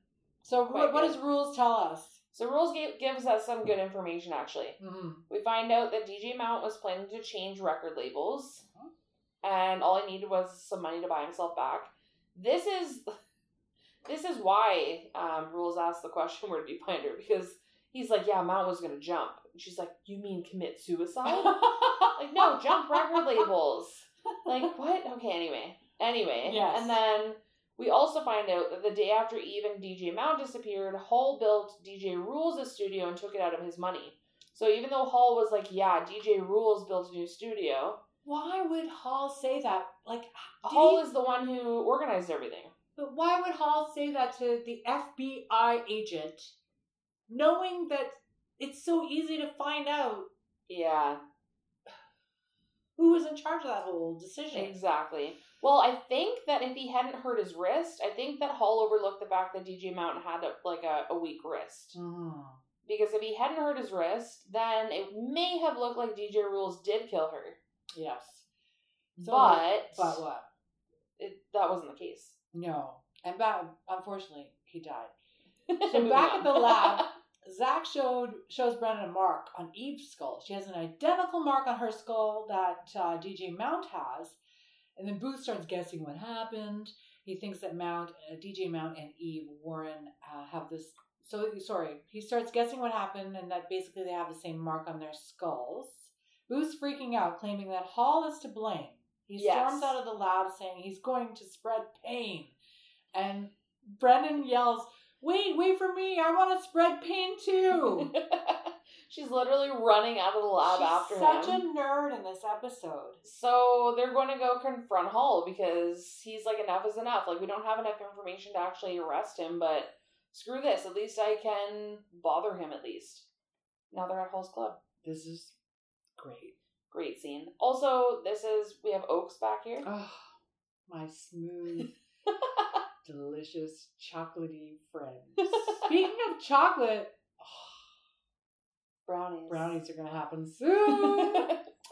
So,
Quite
what, what
good.
does rules tell us?
so rules gave, gives us some good information actually.
Mm.
We find out that DJ Mount was planning to change record labels, and all he needed was some money to buy himself back. This is [laughs] this is why um, rules asked the question where did you find her because he's like, yeah, Mount was gonna jump, and she's like, you mean commit suicide? like no, jump
[laughs]
record labels. Like what? Okay, anyway, anyway,
Yes.
and then. We also find out that the day after Eve and DJ Mount disappeared, Hall built DJ Rules' studio and took it out of his money. So even though Hall was like, yeah, DJ Rules built a new studio,
[laughs] Why would Hall say that? Like, did
Hall
he-
is the one who organized everything.
But why would Hall say that to the FBI agent, knowing that it's so easy to find out
Yeah,
who was in charge of that whole decision?
exactly. Well, I think that if he hadn't hurt his wrist, I think that Hall overlooked the fact that DJ Mountain had a, like a, a weak wrist. Because if he hadn't hurt his wrist, then it may have looked like DJ Rules did kill her.
Yes.
but
but what?
it, that wasn't the
[laughs]
case.
No. And back, unfortunately, he died. So
Moving
back
on.
at the lab, Zach showed shows Brennan a mark on Eve's skull. She has an identical mark on her skull that uh, DJ Mount has, and then Booth starts guessing what happened. He thinks that Mount, uh, DJ Mount, and Eve Warren uh, have this. So sorry, he starts guessing what happened, and that basically they have the same mark on their skulls. Booth's freaking out, claiming that Hall is to blame. He
Yes.
storms out of the lab, saying he's going to spread pain, and Brennan yells, Wait, wait for me. I want to spread pain too.
[laughs] She's literally running out of the [laughs] lab after
She's
him.
such a nerd in this episode.
So they're going to go confront Hull because he's like, enough is enough. Like, we don't have enough information to actually arrest him, but screw this. At least I can bother him, at least. Now they're at Hull's club.
This is great.
Great scene. Also, this is, we have Oaks back here.
Oh, my
[laughs]
smooth, delicious, chocolatey friend. Speaking of chocolate,
Brownies.
brownies are going to happen
[laughs]
soon.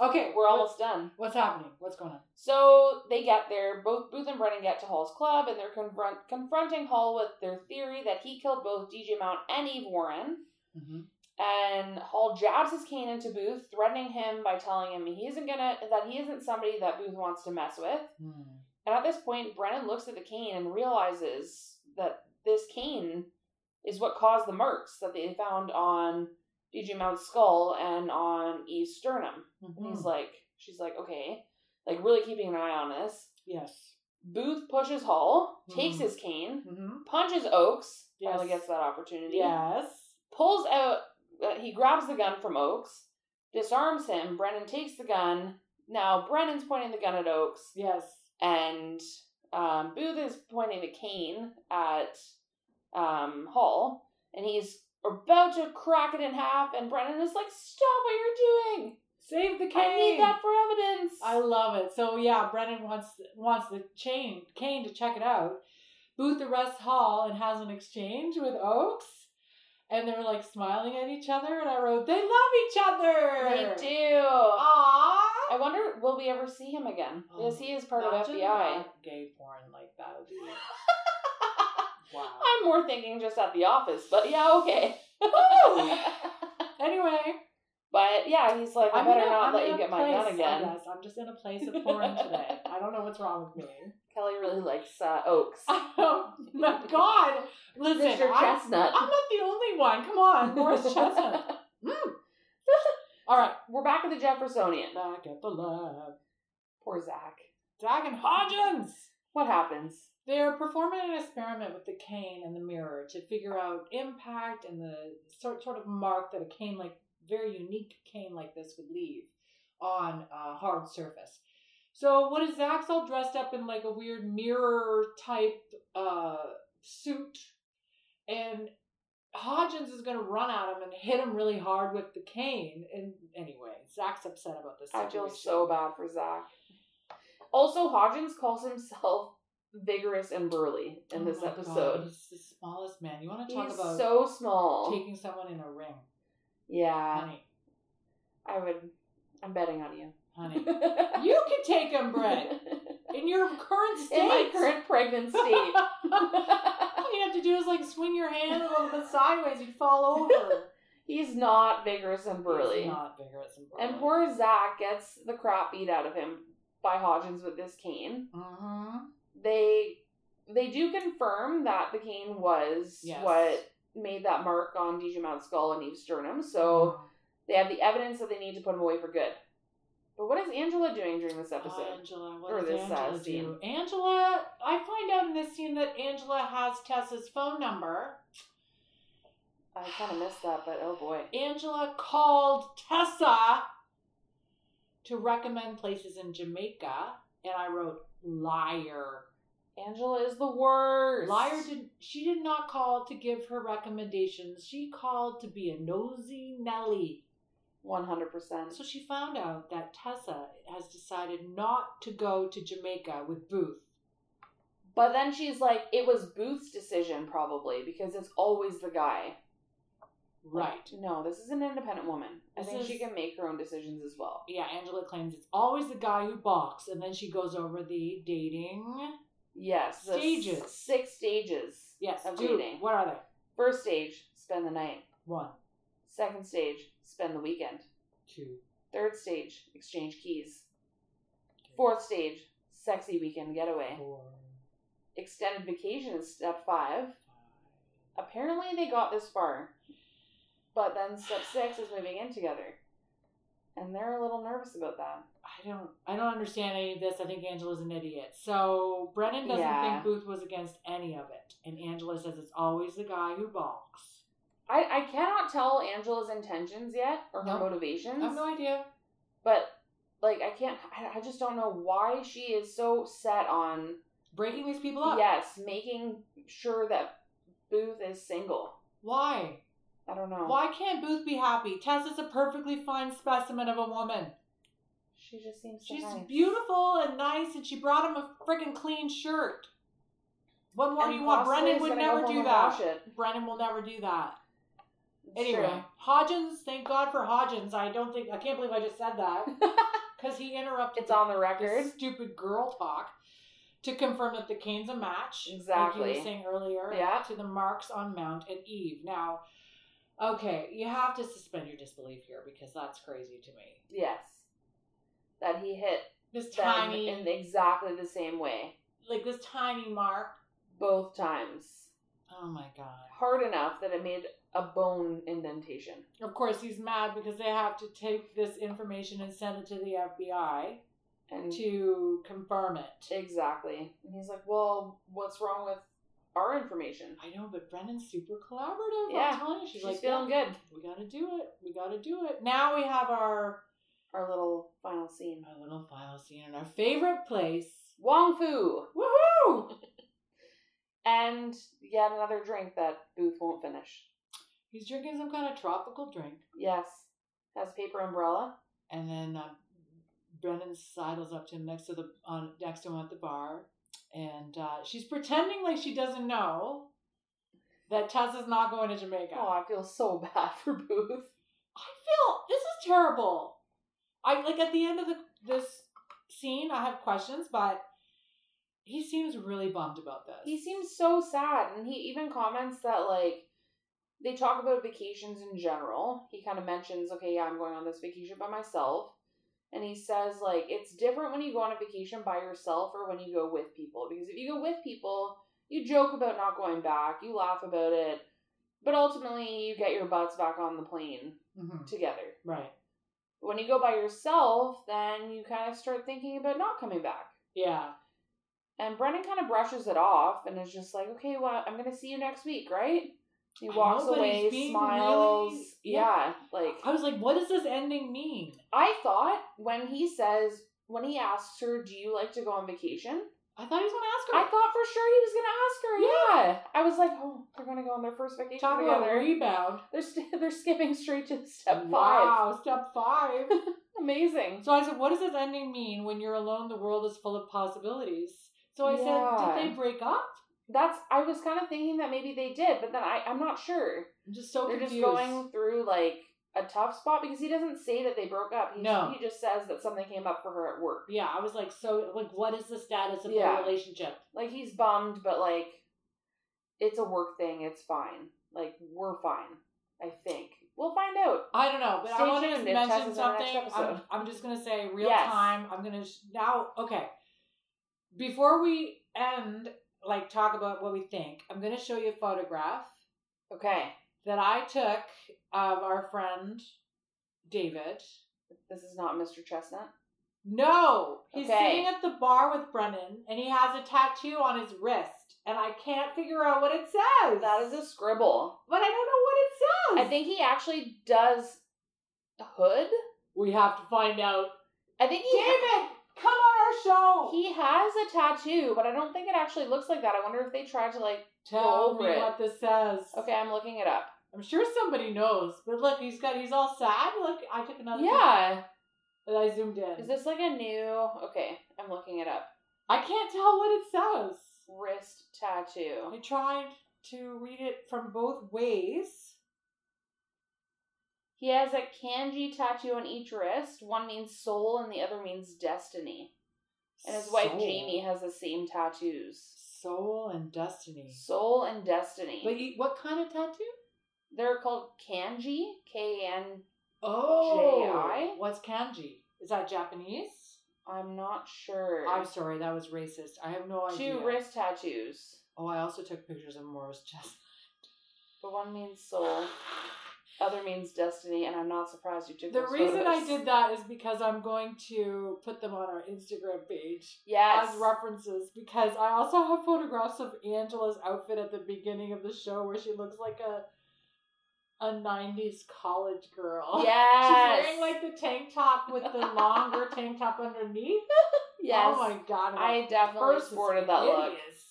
Okay,
We're
what-
almost done.
What's happening? What's going on?
So they get there. Both Booth and Brennan get to Hall's club, and they're confront- confronting Hall with their theory that he killed both DJ Mount and Eve Warren.
Mm-hmm.
And Hall jabs his cane into Booth, threatening him by telling him he isn't gonna that he isn't somebody that Booth wants to mess with. And at this point, Brennan looks at the cane and realizes that this cane is what caused the marks that they found on DJ Mount's skull and on Eve's sternum. And
Mm-hmm. Mm.
he's like, she's like, okay, like really keeping an eye on this.
yes.
Booth pushes Hall, takes
Mhm.
his cane,
Mm-hmm.
punches Oakes,
Yes.
finally gets that opportunity.
Yes.
Pulls out, uh, he grabs the gun from Oakes, disarms him. Brennan takes the gun. Now Brennan's pointing the gun at Oakes,
Yes.
and um, Booth is pointing the cane at um, Hall, and he's about to crack it in half. And Brennan is like, "Stop what you're doing!
Save the cane.
I need that for evidence."
I love it. So yeah, Brennan wants wants the chain Kane to check it out. Booth arrests Hall and has an exchange with Oakes, and they're like smiling at each other. And I wrote, "They love each
they
other."
do.
Aww.
I wonder, will we ever see him again? Because he is part of FBI.
gay porn like that would
[laughs]
be. wow.
I'm more thinking just at the office, but yeah, [laughs] okay.
Anyway,
but yeah, he's like, I
I'm
better
in a-
not
I'm
let
in
you
a
get my gun
place,
again.
I guess. I'm just in a place of porn today. I don't know what's wrong with me.
Kelly really likes uh, [laughs] Oaks.
Oh [laughs] my god! Listen,
Mr.
I'm-
Chestnut.
I'm not the only one. Come on, Morris Chestnut. Hmm. All right,
We're back at the Jeffersonian.
back at the lab.
Poor Zach.
Zach and Hodgins.
What happens?
They're performing an experiment with the cane and the mirror to figure out impact and the sort sort of mark that a cane like very unique cane like this would leave on a hard surface. So what is Zach's all dressed up in like a weird mirror type uh, suit, and Hodgins is gonna run at him and hit him really hard with the cane. And anyway, Zach's upset about this.
I feel
situation.
so bad for Zach. Also, Hodgins calls himself vigorous and burly in
Oh
this
my God,
episode.
he's the smallest man. You want to talk
He's
about
so small.
taking someone in a ring.
Oh. yeah,
Honey,
I would. I'm betting on you.
honey.
[laughs]
you can take him, Brett. In your current
[laughs]
state.
in my current pregnant
[laughs]
state.
All you have to do is like swing your hand a little
[laughs]
bit sideways, you'd fall over.
He's not vigorous and burly.
He's not vigorous and burly.
And poor Zach gets the crap beat out of him by Hodgins with this cane.
hmm
They they do confirm that the cane was
Yes.
what made that mark on DJ Mount's skull and Eve's sternum, so
Mm-hmm.
they have the evidence that they need to put him away for good. But what is Angela doing during this episode?
Uh,
Or
Angela, what does
this, uh,
Angela do?
scene.
Angela, I find out in this scene that Angela has Tessa's phone number.
I kind of missed that, but oh boy.
Angela called Tessa to recommend places in Jamaica, and I wrote liar.
Angela is the worst.
Liar did she did not call to give her recommendations. She called to be a nosy Nelly.
100%.
So she found out that Tessa has decided not to go to Jamaica with Booth.
But then she's like, it was Booth's decision, probably, because it's always the guy.
Right.
No, this is an independent woman. I
This
think
is-
she can make her own decisions as well.
Yeah, Angela claims it's always the guy who balks, and then she goes over the dating.
Yes. the s-
Stages.
Six stages.
Yes,
Of
dude,
dating.
What are they?
First stage, spend the night.
One,
Second stage, spend the weekend.
two,
Third stage, exchange keys.
three,
Fourth stage, sexy weekend getaway.
four,
Extended vacation is step five.
five.
Apparently, they got this far. But then step six is moving in together. And they're a little nervous about that.
I don't I don't understand any of this. I think Angela's an idiot. So Brennan doesn't
Yeah.
think Booth was against any of it. And Angela says it's always the guy who balks.
I, I cannot tell Angela's intentions yet or her
No.
motivations.
I have no idea.
but like i can't I, I just don't know why she is so set on
Breaking these people up.
yes making sure that booth is single
Why?
i don't know
Why can't Booth be happy? Tessa's a perfectly fine specimen of a woman.
she just seems so
She's
nice.
beautiful and nice and she brought him a freaking clean shirt. What more
And
do you want?
possibly
Brennan
is
would
gonna go
never
home
do
and
that.
wash it.
Brennan will never do that.
It's
Anyway, Hodgins, thank God for Hodgins. I don't think I can't believe I just said
[laughs]
that because he
true.
interrupted
it's on the
this
record
stupid girl talk to confirm that the Cane's a match.
Exactly.
Like you were saying earlier,
Yeah.
to the marks on Mount and Eve. Now, Okay, you have to suspend your disbelief here because that's crazy to me.
Yes. That he hit
This
them
tiny,
in exactly the same way
like this tiny mark.
both times.
Oh my god.
Hard enough that it made a bone indentation.
Of course, he's mad because they have to take this information and send it to the FBI
And
to confirm it.
exactly. And he's like, Well, what's wrong with our information?
I know, but Brendan's super collaborative.
Yeah,
I'm telling you, she's,
She's
like,
feeling
"Yeah,
good.
We gotta do it. We gotta do it. Now we have our
Our little final scene.
our little file scene in our favorite place.
Wong Fu!
Woohoo!
And yet another drink that Booth won't finish.
He's drinking some kind of tropical drink,
Yes. Has a paper umbrella.
and then uh, Brendan sidles up to him next to the on next to him at the bar, and uh, she's pretending like she doesn't know that Tessa's not going to Jamaica.
Oh, I feel so [laughs] bad for Booth.
I feel this is terrible. I like at the end of the this scene, I have questions, but he seems really bummed about this.
He seems so sad, and he even comments that like they talk about vacations in general. He kind of mentions, okay, yeah, I'm going on this vacation by myself, and he says like it's different when you go on a vacation by yourself or when you go with people because if you go with people, you joke about not going back, you laugh about it, but ultimately you get your butts back on the plane
Mhm.
together.
right?
When you go by yourself, then you kind of start thinking about not coming back.
Yeah,
And Brennan kind of brushes it off and is just like, okay, well, I'm going to see you next week, right? He
I
walks
know, but he's
away,
being
smiles.
really-
yeah. like,
I was like, what does this ending mean?
I thought when he says, when he asks her, do you like to go on vacation?
I thought he was
I
gonna ask her.
thought for sure he was going to ask her. Yeah. I was like, oh, they're going to go on their first vacation
Talk about a
together.
rebound.
they're, st- [laughs] they're skipping straight to step five.
Wow, step five. [laughs]
Amazing.
so I said, what does this ending mean when you're alone? The world is full of possibilities. So I said,
Yeah.
did they break up?
That's, I was kind of thinking that maybe they did, but then I, I'm not sure.
I'm just so
They're just
confused.
going through like a tough spot because he doesn't say that they broke up. He,
No.
he just says that something came up for her at work.
yeah, I was like, so like, what is the status of
Yeah.
their relationship?
Like he's bummed, but like it's a work thing. It's fine. Like we're fine. I think we'll find out.
I don't know, but
Stay
I want
tuned.
to
It
mention
touches on the next
something. I'm,
episode.
I'm just going to say real
Yes.
time. I'm going to sh- now. Okay, before we end, like talk about what we think. I'm going to show you a photograph
Okay,
that I took of our friend David.
this is not Mr. Chestnut.
No, he's
Okay.
sitting at the bar with Brennan, and he has a tattoo on his wrist, and I can't figure out what it says.
That is a scribble.
but I don't know what it
I
says.
think he actually does hood.
we have to find out.
I think he
David, come on our show.
he has a tattoo, but I don't think it actually looks like that. I wonder if they tried to like.
Tell
over
me
it.
what this says.
Okay, I'm looking it up.
I'm sure somebody knows. But look, he's got he's all sad. Look, I took another picture,
Yeah,
but I zoomed in.
is this like a new? Okay, I'm looking it up.
I can't tell what it says.
wrist tattoo.
I tried to read it from both ways.
He has a kanji tattoo on each wrist. One means soul and the other means destiny. And his wife
Soul.
Jamie has the same tattoos.
Soul and destiny.
Soul and destiny.
But you, what kind of tattoo?
They're called kanji. K N. J.I.?
Oh, what's kanji? Is that Japanese?
I'm not sure.
I'm sorry, that was racist. I have no idea.
Two wrist tattows.
Oh, I also took pictures of Morris chest.
But one means soul, other means destiny, and I'm not surprised you took
The
those
reason I
photos.
did that is because I'm going to put them on our Instagram page
Yes.
as references because I also have photographs of Angela's outfit at the beginning of the show where she looks like a a 90s college girl. [laughs] [laughs] She's
Yes.
wearing like the tank top with the [laughs] longer tank top underneath.
yes.
Oh my god. and
I
her
definitely
purse is
sported that look.
hideous.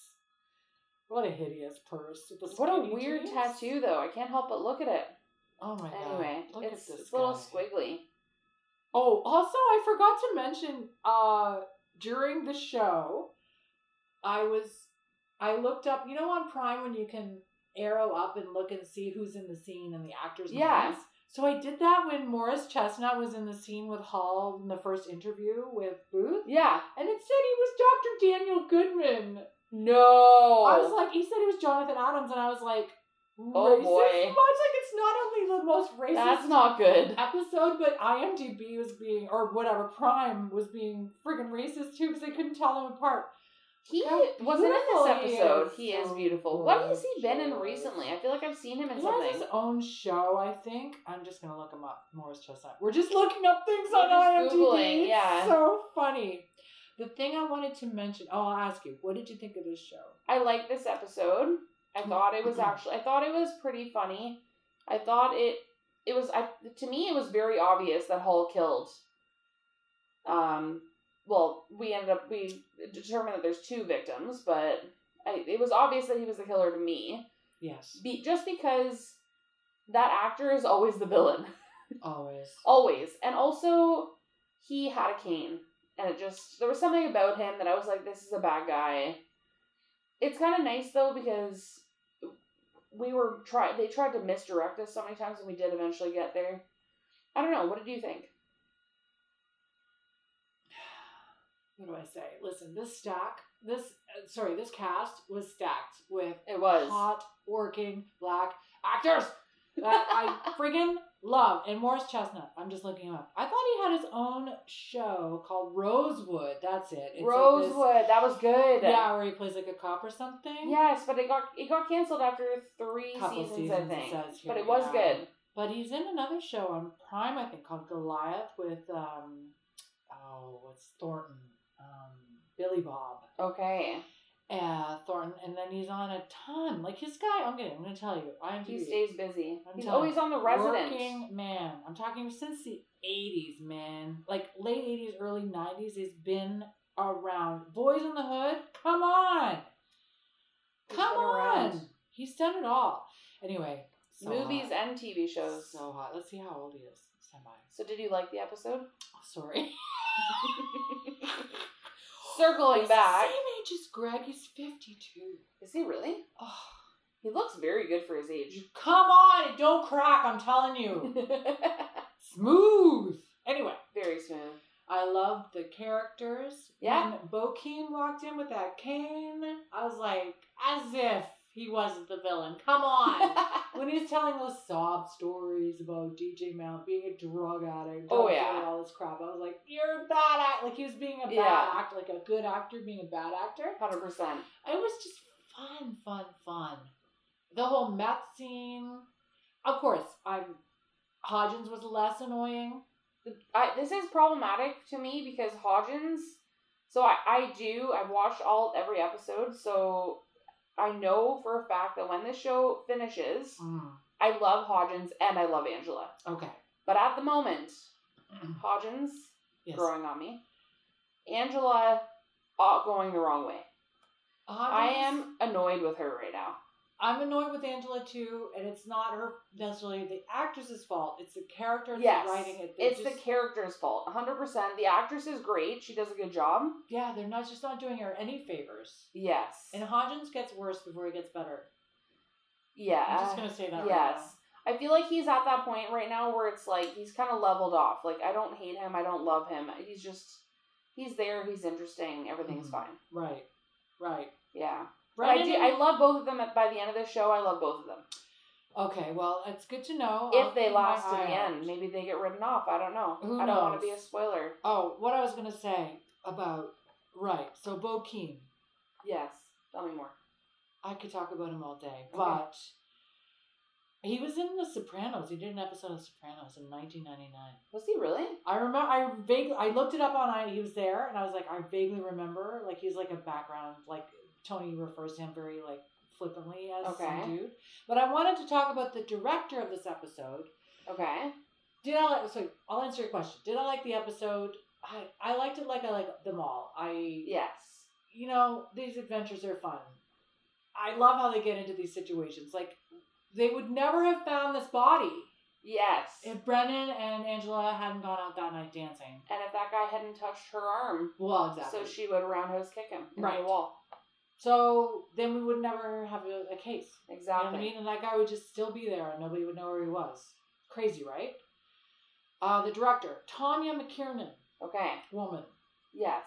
What a hideous purse. with the
What a
skinny
weird
jeans.
tattoo, though. I can't help but look at it.
Oh my god.
Anyway,
Look
it's,
at this
it's a little
guy.
squiggly.
Oh, also, I forgot to mention uh, during the show, I was I looked up. You know, on Prime when you can arrow up and look and see who's in the scene and the actors.
Yeah.
names. So I did that when Morris Chestnut was in the scene with Hall in the first interview with Booth,
Yeah.
and it said he was Dr. Daniel Goodman.
No.
I was like, he said he was Jonathan Adams, and I was like,
Oh,
racist
boy.
much. Like it's not only the most racist
That's not good.
episode, but IMDb was being or whatever Prime was being friggin' racist too because they couldn't tell them apart.
He
How
wasn't in
beautiful
this
he
episode.
is.
He is
So
beautiful. What has he been in
gorgeous.
recently? I feel like I've seen him in
He has
something.
his own show, I think. I'm just gonna look him up. Morris Chestnut. We're just looking up things
We're
on IMDb.
just Googling,
It's
yeah.
so funny. The thing I wanted to mention. Oh, I'll ask you. What did you think of this show?
I like this episode. I thought it was actually I thought it was pretty funny. I thought it it was I to me it was very obvious that Hall killed. Um well, we ended up we determined that there's two victims, but I, it was obvious that he was the killer to me.
Yes,
Be, just because that actor is always the villain.
always.
Always. And also, he had a cane. And it just, there was something about him that I was like, this is a bad guy. It's kind of nice, though, because we were try they tried to misdirect us so many times and we did eventually get there. I don't know. What did you think?
What do I say? Listen, this stack, this uh, sorry, this cast was stacked with
It was.
hot working black actors that
[laughs]
I friggin' love. And Morris Chestnut, I'm just looking him up. I thought he had his own show called Rosewood. That's it. It's like this-
Rosewood. that was good.
yeah, where he plays like a cop or something.
Yes, but it got it got canceled after three
Couple
seasons, I
seasons, it
think.
says here,
but it was
yeah.
good.
But he's in another show on Prime, I think, called Goliath with um, oh, what's Thornton, um, Billy Bob.
Okay.
Uh, Thornton, and then he's on a ton. Like his guy, I'm gonna, I'm gonna tell you, I'm
He stays busy.
I'm
He's
telling
always
you,
on the resident.
Working man. I'm talking since the 80s, man. Like late 80s, early 90s, he's been around. Boys in the Hood, come on.
He's
Come
been
on.
around.
He's done it all. Anyway, so
Movies
hot.
and TV shows.
So hot. Let's see how old he is. Semi.
So did you like the episode?
Sorry.
Circling
[laughs] he's
back.
The same age as Greg. He's 52.
Is he really?
Oh,
He looks very good for his
you
age.
[laughs] come on. It don't crack. I'm telling
[laughs]
you. Smooth. Anyway.
very smooth.
I loved the characters.
Yeah.
When Bokeem walked in with that cane, I was like, as if he wasn't the villain.
[laughs]
Come [laughs] on. when he's telling those sob stories about DJ Mount being a drug addict,
Oh,
drug
yeah.
dealer, all this crap, I was like, you're a bad act. Like he was being a bad
Yeah.
act, like a good actor being a bad actor.
Hundred percent.
It was just fun, fun, fun. The whole meth scene. Of course, I'm. Hodgins was less annoying.
I this is problematic to me because Hodgins. So I I do I've watched all every episode, so I know for a fact that when this show finishes, I love Hodgins and I love Angela.
Okay. [clears throat]
But at the moment, Hodgins
Yes.
growing on me, Angela uh, going the wrong way. I
Hodgins-
am annoyed with her right now.
I'm annoyed with Angela too, and it's not her necessarily the actress's fault. It's the character and
Yes,
the writing. It,
it's
just,
the character's fault, 100. percent The actress is great; she does a good job.
yeah. They're not just not doing her any favors.
Yes,
And Hodgins gets worse before he gets better. I'm just
yeah,
gonna say that. Right
Uh, yes. I feel like he's at that point right now where it's like he's kind of leveled off. Like I don't hate him, I don't love him. He's just he's there. He's interesting. Everything's
Mhm.
fine.
now. Right. Right.
Yeah, but
Right.
I do. I love both of them. At, by the end of the show, I love both of them.
okay. Well, it's good to know I'll
if they
keep my
last to
eye
the
out.
end, maybe they get written off. I don't know.
Who
I don't want to be
knows?
a spoiler.
Oh, what I was gonna say about right. So Bo Keen,
Yes, tell me more.
I could talk about him all day, but he was in The Sopranos. He did an episode of Sopranos in 1999.
Was he really?
I remember. I vaguely. I looked it up on. I he was there, and I was like, I vaguely remember. Like he's like a background. Like Tony refers to him very like flippantly as
Okay.
some dude. But I wanted to talk about the director of this episode.
Okay.
Did I like? So I'll answer your question. Did I like the episode? I I liked it like I like them all. I
Yes.
you know, these adventures are fun. I love how they get into these situations. Like they would never have found this body
Yes.
if Brennan and Angela hadn't gone out that night dancing.
And if that guy hadn't touched her arm,
Well, exactly.
so she would roundhouse kick him in
Right.
the wall.
So then we would never have a, a case. You know what I
Exactly.
mean? And that guy would just still be there and nobody would know where he was. Crazy, right? Uh, the director, Tanya McKiernan,
Okay.
woman,
Yes.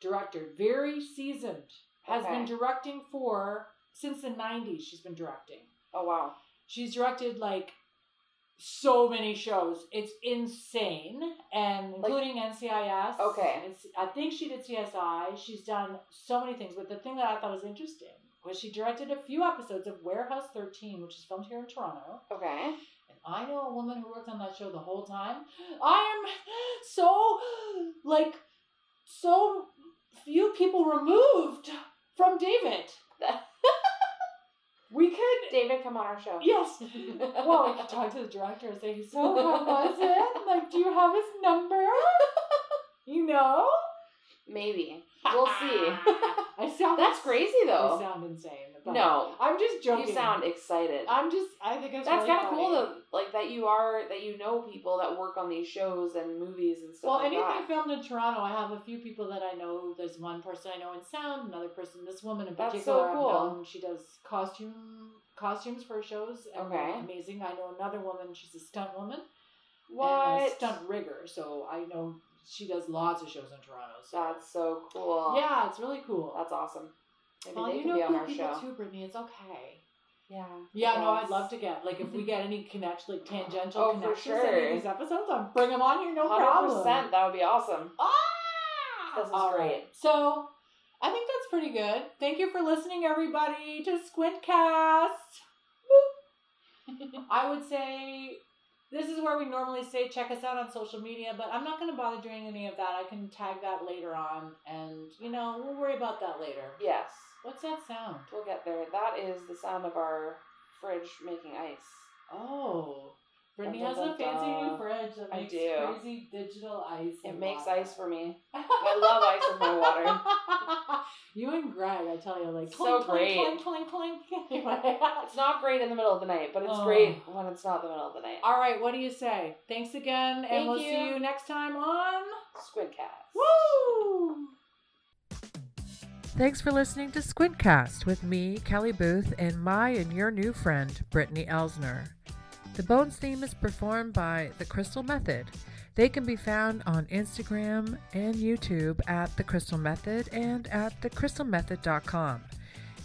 director, very seasoned, has been
Okay.
directing for since the 90s. She's been directing.
Oh wow.
She's directed like so many shows. It's insane, and including NCIS.
Okay.
It's, I think she did CSI. She's done so many things. But the thing that I thought was interesting was she directed a few episodes of Warehouse 13, which is filmed here in Toronto.
Okay.
And I know a woman who worked on that show the whole time. I am so, like, so few people removed from David. we could,
David, come on our show.
yes. Well, we could talk to the director and say, so how was it? Like, do you have his
[laughs]
number? you know?
Maybe. We'll
[laughs]
see.
I sound
That's crazy
I
though.
sound insane. but
No.
I'm just joking.
You sound excited.
I'm just. I think it's
That's
really
kind of cool
funny.
though, like that you are that you know people that work on these shows and movies and stuff.
Well,
like
anything
that.
filmed in Toronto, I have a few people that I know. There's one person I know in sound, another person. This woman in
That's
particular,
so cool.
I've known. She does costume costumes for shows. and they're
Okay.
amazing. I know another woman. She's a stunt woman and a
What?
uh, stunt rigger. So I know she does lots of shows in Toronto. So
That's so cool.
yeah, it's really cool.
that's awesome. Maybe
well,
they
you
can
know
be on
cool
our
people
show.
too, Brittany. It's okay.
Yeah.
Yeah, no, I'd love to get like if we get any
[gasps]
connect like tangential
Oh, for
connections in
sure.
any of these episodes, I'll bring them on here. No
Hundred
problem.
percent. That would be awesome.
Ah!
This is
All
great.
right. So I think that's pretty good. Thank you for listening, everybody, to Squintcast. Boop. I would say this is where we normally say check us out on social media, but I'm not going to bother doing any of that. I can tag that later on, and you know we'll worry about that later.
Yes,
What's that sound?
we'll get there. That is the sound of our fridge making ice.
Oh, Brittany
Dun,
has
dun,
a
dun,
fancy
dun.
new fridge that
I
makes
do.
crazy digital ice.
It
and
makes
water.
ice for me. I love ice in my water.
[laughs] you and Greg, I tell you, like
So
clink,
great.
clink, clink, clink, clink. [laughs] Anyway.
It's not great in the middle of the night, but it's
Oh.
great when it's not the middle of the night.
All right, what do you say? Thanks again, and
Thank
we'll see
you.
you next time on
Squidcast.
Woo.
Thanks for listening to Squidcast with me, Kelly Booth, and my and your new friend, Brittany Elsner. The Bones theme is performed by The Crystal Method. They can be found on Instagram and YouTube at The Crystal Method and at thecrystalmethod.com.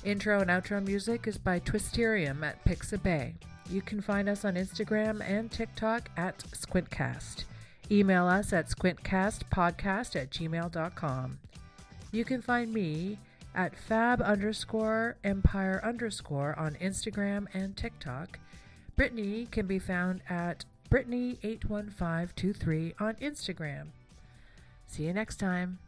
Intro and outro music is by Twisterium at Pixabay. You can find us on Instagram and TikTok at Squintcast. Email us at squintcastpodcast at gmail.com. You can find me at fab underscore empire underscore on Instagram and TikTok. Brittany can be found at Brittany81523 on Instagram. See you next time.